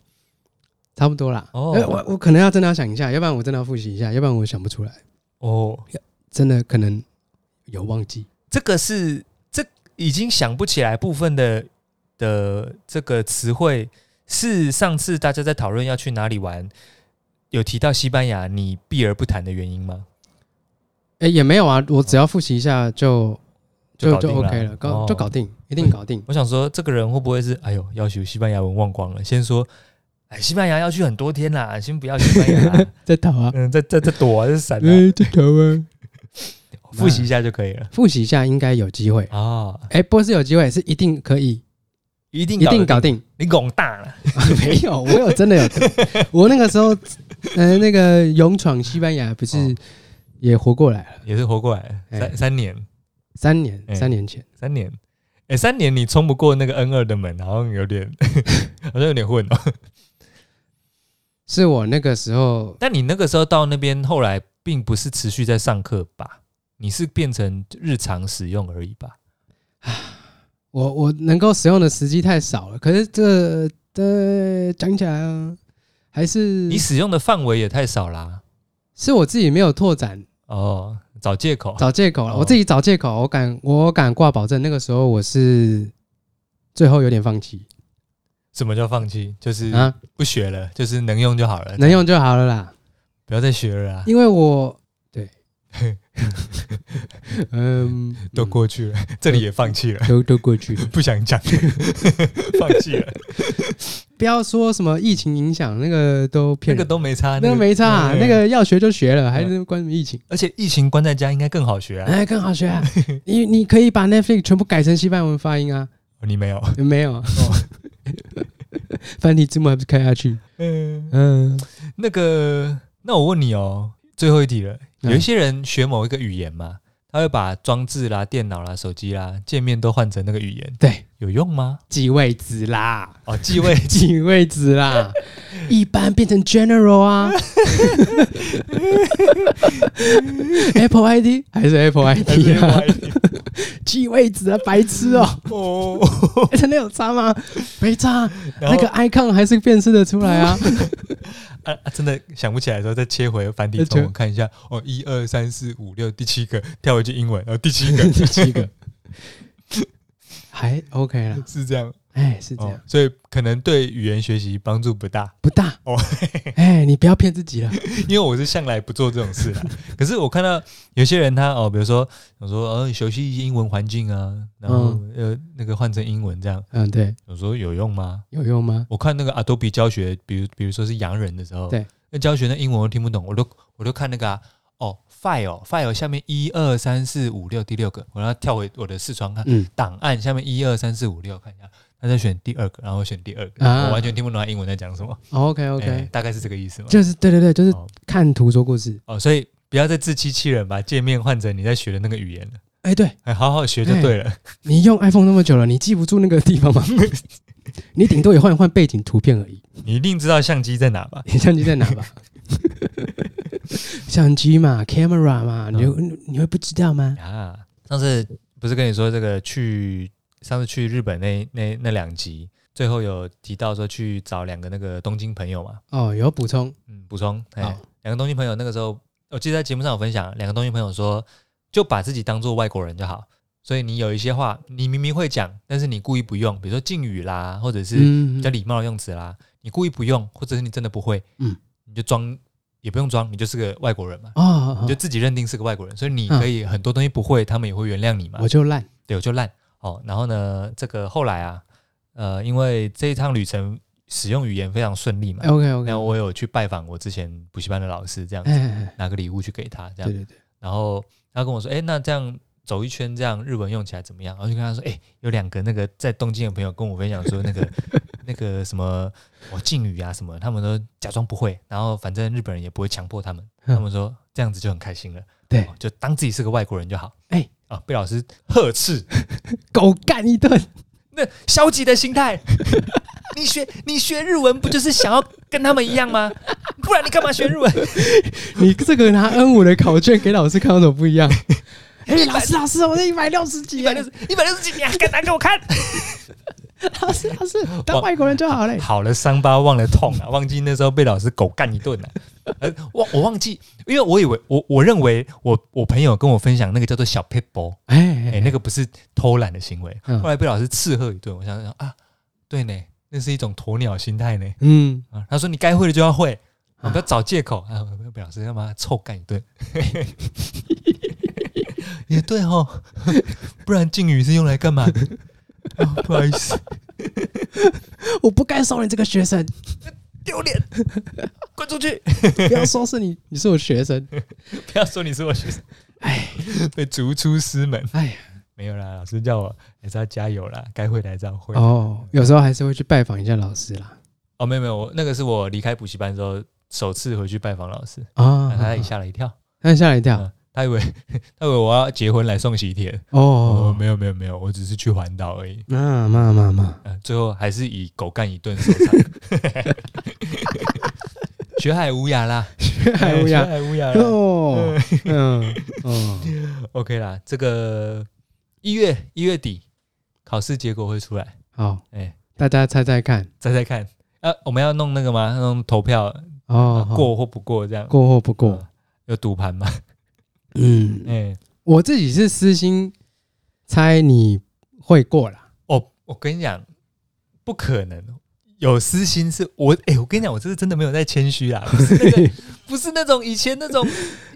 B: 差不多啦。
A: 哦
B: 哎我我可能要真的要想一下，要不然我真的要复习一下，要不然我想不出来。
A: 哦，
B: 真的可能有忘记。
A: 这个是这已经想不起来部分的的这个词汇，是上次大家在讨论要去哪里玩，有提到西班牙，你避而不谈的原因吗？
B: 哎、也没有啊，我只要复习一下就
A: 就
B: 就
A: 搞
B: 就
A: 定
B: OK 了，搞、就搞。
A: 哦
B: 定，一 定搞定。
A: 我想说，这个人会不会是哎呦，要求西班牙文忘光了？先说，哎，西班牙要去很多天啦，先不要西班牙 啦，
B: 在逃啊，
A: 嗯，再再再躲啊，再闪啊，
B: 哎，在逃啊，
A: 复习一下就可以了。
B: 复习一下应该有机会。
A: 啊，
B: 哎、不是有机会，是一定可以，
A: 一定
B: 一定
A: 搞
B: 搞
A: 定，
B: 定。
A: 你拱大了，
B: 没有，我有真的 有，我那个时候，呃，那个勇闯西班牙
A: 哦
B: 不是也活过来了，
A: 也是活过来了，
B: 哎
A: 三三年，
B: 三年，
A: 哎
B: 三年前。
A: 三年，哎，三年你冲不过那个 N 二的门，好像有点， 好像有点混哦。
B: 是我那个时候
A: 但你那个时候到那边，后来并不是持续在上课吧？你是变成日常使用而已吧？
B: 我我能够使用的时机太少了，可是这这讲起来啊，还是
A: 你使用的范围也太少啦。
B: 是我自己没有拓展，
A: 哦，找借口，
B: 找借口了，
A: 哦
B: 我自己找借口，我敢我敢挂保证，那个时候我是最后有点放弃，
A: 什么叫放弃？就是
B: 啊，
A: 不学了，就是能用就好了，
B: 能用嗯就好了啦。
A: 不要再学了啊，
B: 因为我 对， 嗯，
A: 都过去了， 这里也放弃了，
B: 都都过去了。
A: 不想讲， 放弃了，
B: 不要说什么疫情影响，那个都
A: 那
B: 骗
A: 个哎
B: 人，
A: 都没差，
B: 那个没差啊，
A: 对
B: 那个要学就学了，还是关什么疫情？
A: 而且疫情关在家应该更好学啊，
B: 哎，更好学啊！ 你你可以把 Netflix 全部改成西班牙文发音啊？
A: 哦你没有，
B: 没有，啊繁体字幕还不是开下去？
A: 嗯，
B: 嗯，
A: 那个，那我问你哦，最后一题了，
B: 嗯
A: 有一些人学某一个语言嘛，他会把装置啦、电脑啦、手机啦、界面都换成那个语言，
B: 对，
A: 有用吗？
B: 继位子啦，
A: 哦，继 位
B: 继位子啦， 一般变成 General 啊 ，Apple ID 还是 Apple
A: 还是
B: ID
A: 另
B: 啊
A: 外？一 题
B: 继位子啊，白痴哦、
A: 哦，
B: 欸 真的有差吗？没差啊，
A: 然
B: 那
A: 后
B: 个 icon 还是辨识的出来 啊。
A: 啊啊，真的想不起来的时候再切回繁体
B: 那
A: 中
B: 就
A: 文看一下，哦，一二三四五六，第七个跳回去英文，然后哦第七 个
B: 第七个还 OK 啦，
A: 是这样，
B: 哎，是这
A: 哦
B: 样，，
A: 所以可能对语言学习帮助不大，
B: 不大
A: 哦。
B: 哎，你不要骗自己了。
A: 因为我是向来不做这种事啦。可是我看到有些人他哦，比如说我说呃熟悉英文环境啊，然后、呃那个换成英文这样，
B: 嗯，对，
A: 我说有用吗？
B: 有用吗？
A: 我看那个 Adobe 教学，比如比如说是洋人的时候，
B: 对，
A: 那教学那英文我听不懂，我都我都看那个、啊、哦 file file 下面一二三四五六第六个，我让他跳回我的视窗看
B: 嗯，
A: 档案下面一二三四五六看一下，他在选第二个，然后我选第二个，
B: 啊
A: 我完全听不懂他英文在讲什么。
B: OK
A: 哎
B: OK，
A: 大概是这个意思吗？
B: 哦就是对对对，就是
A: 哦
B: 看图说故事。
A: 哦，所以不要再自欺欺人，把界面换成你在学的那个语言了，
B: 哎，对
A: 哎，好好学就对了。
B: 你用 iPhone 那么久了，你记不住那个地方吗？ 你顶多也换换背景图片而已。
A: 你一定知道相机在哪吧？
B: 你相机在哪 吧？相机嘛，camera
A: 哦
B: 嘛，你会你会不知道吗？
A: 啊，上次不是跟你说这个去上次去日本那那那两集，最后有提到说去找两个那个东京朋友嘛？
B: 哦，有补充
A: 嗯，补充，哎，
B: 好
A: 两个东京朋友那个时候，我记得在节目上有分享，两个东京朋友说，就把自己当做外国人就好。所以你有一些话，你明明会讲，但是你故意不用，比如说敬语啦，或者是比
B: 嗯
A: 较礼貌的用词啦。你故意不用，或者是你真的不会，
B: 嗯，
A: 你就装，也不用装，你就是个外国人嘛，
B: 哦，
A: 你
B: 哦
A: 就自己认定是个外国人，所以你
B: 嗯
A: 可以很多东西不会，他们也会原谅你嘛
B: 我。就烂，
A: 对，我就烂哦。然后呢，这个后来啊，呃，因为这一趟旅程使用语言非常顺利嘛，
B: OK OK，
A: 然后我有去拜访我之前补习班的老师，这样
B: 哎哎，
A: 拿个礼物去给他，这
B: 哎对
A: 样，
B: 对对，
A: 然后他跟我说，哎，那这样。走一圈，这样日文用起来怎么样？然后就跟他说：“哎、有两个那个在东京的朋友跟我分享说，那 个那个什么我敬语啊什么，他们都假装不会，然后反正日本人也不会强迫他们，
B: 嗯
A: 他们说这样子就很开心了，
B: 对
A: 哦就当自己是个外国人就好。
B: 哎
A: 啊，被老师呵斥，
B: 狗干一顿，
A: 那消极的心态， 你学你学日文不就是想要跟他们一样吗？不然你干嘛学日文？
B: 你这个拿 N 五的考卷给老师看有什么不一样？哎，老师老师，我这 一百六十几，
A: 一百六十一百六十几，你还敢拿给我看？
B: 老师老师，当外国人就好嘞。
A: 哎好了，伤疤忘了痛啊， 忘记那时候被老师狗干一顿了、 呃，忘我忘记，因为我以为我我认为我我朋友跟我分享那个叫做小 p i t b a l l
B: 哎
A: 哎、那个不是偷懒的行为，
B: 嗯
A: 后来被老师斥喝一顿，我想想啊，对呢，那是一种鸵鸟心态呢。
B: 嗯，
A: 啊，他说你该会的就要会，
B: 啊
A: 不要找借口啊！被老师他妈臭干一顿， 也对哦， 不然敬语是用来干嘛的？ 啊不好意思，
B: 我不该收你这个学生，
A: 丢脸，滚出去！
B: 不要说是你，你是我学生。
A: 不要说你是我学生， 哎，被逐出师门。
B: 哎呀，
A: 没有啦，老师叫我还是要加油啦，该会的还是要会。哦
B: 哦，有时候还是会去拜访一下老师啦。
A: 没有没有，我那个是我离开补习班之后首次回去拜访老师，
B: 啊，
A: 他也吓了一跳，
B: 他吓了一跳。
A: 嗯他以为 他以为我要结婚来送喜帖，哦，
B: 哦，
A: 没有没有没有，我只是去环岛而已。
B: 那嘛 嘛嘛，
A: 呃，最后还是以狗干一顿收 场。学海无涯啦，哎
B: 还有
A: 学
B: 哎呀。
A: 海无涯啦。
B: 哦，嗯，哦，
A: OK 啦，这个一月一月底考试结果会出来，
B: 好，
A: 哎，
B: 大家猜猜看。
A: 再再看。啊，我们要弄那个吗？弄投票、呃
B: 哦，好
A: 过或不过这样？
B: 过或不过
A: 嗯？有赌盘吗？
B: 嗯，
A: 哎，
B: 我自己是私心猜你会过啦。
A: 哦，我跟你讲，不可能。有私心是我，哎、我跟你讲，我这是真的没有在谦虚啊，不是那 个，不是那种以前那种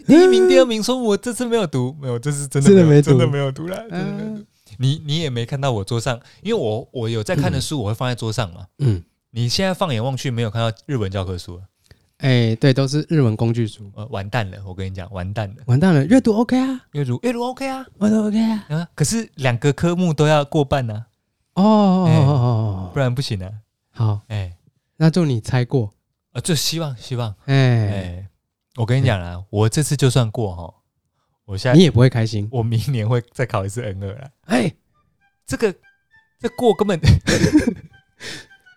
A: 第一名、第二名，说我这次没有读，没有，这次真的
B: 真的
A: 没有
B: 没
A: 真的
B: 读
A: 没有读啦，真的没有
B: 嗯
A: 读。你你也没看到我桌上，因为我我有在看的书，我会放在桌上嘛。
B: 嗯，
A: 你现在放眼望去，没有看到日文教科书了，
B: 哎、对，都是日文工具书，
A: 呃，完蛋了！我跟你讲，完蛋了。
B: 完蛋了，阅读 OK 啊，
A: 阅读阅读 OK 啊，
B: 我都 OK 啊，
A: 啊，可是两个科目都要过半呢、
B: 哦哦哦哦
A: 不然不行啊。
B: 好，
A: 哎、
B: 那就你猜过，
A: 呃，就希望希望，
B: 哎、嗯
A: 哎、我跟你讲啦，我这次就算过哈，我现在
B: 你也不会开心，
A: 我明年会再考一次 N 二啦。
B: 哎、
A: 这个这过根 本，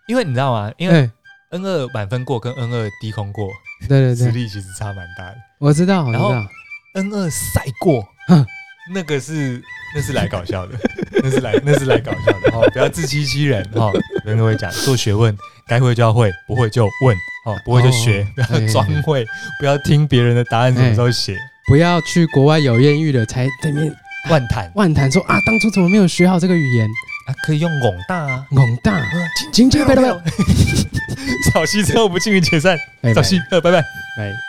A: 因为你知道吗？因
B: 哎、
A: 为 N 二满分过跟 N 二低空过
B: 对对
A: 实
B: 对，
A: 力其实差蛮大的。
B: 我知道，我知
A: 然后
B: 道，
A: N 二赛过
B: 哼，
A: 那个是那是来搞笑的， 那是来那是来搞笑的哦，不要自欺欺人哦。跟各位讲，做学问该会就要会，不会就问哦，不会就学，
B: 哦
A: 不要装会，不要听别人的答案什么时候写，
B: 不要去国外有艳遇了才在那边
A: 乱谈
B: 万谈说啊，当初怎么没有学好这个语言，
A: 啊，可以用拱大啊。
B: 广大，
A: 亲
B: 亲亲，拜拜，，
A: 早戏之后不敬语解散，
B: 拜
A: 早
B: 拜
A: 戏，呃，拜拜。
B: 哎拜。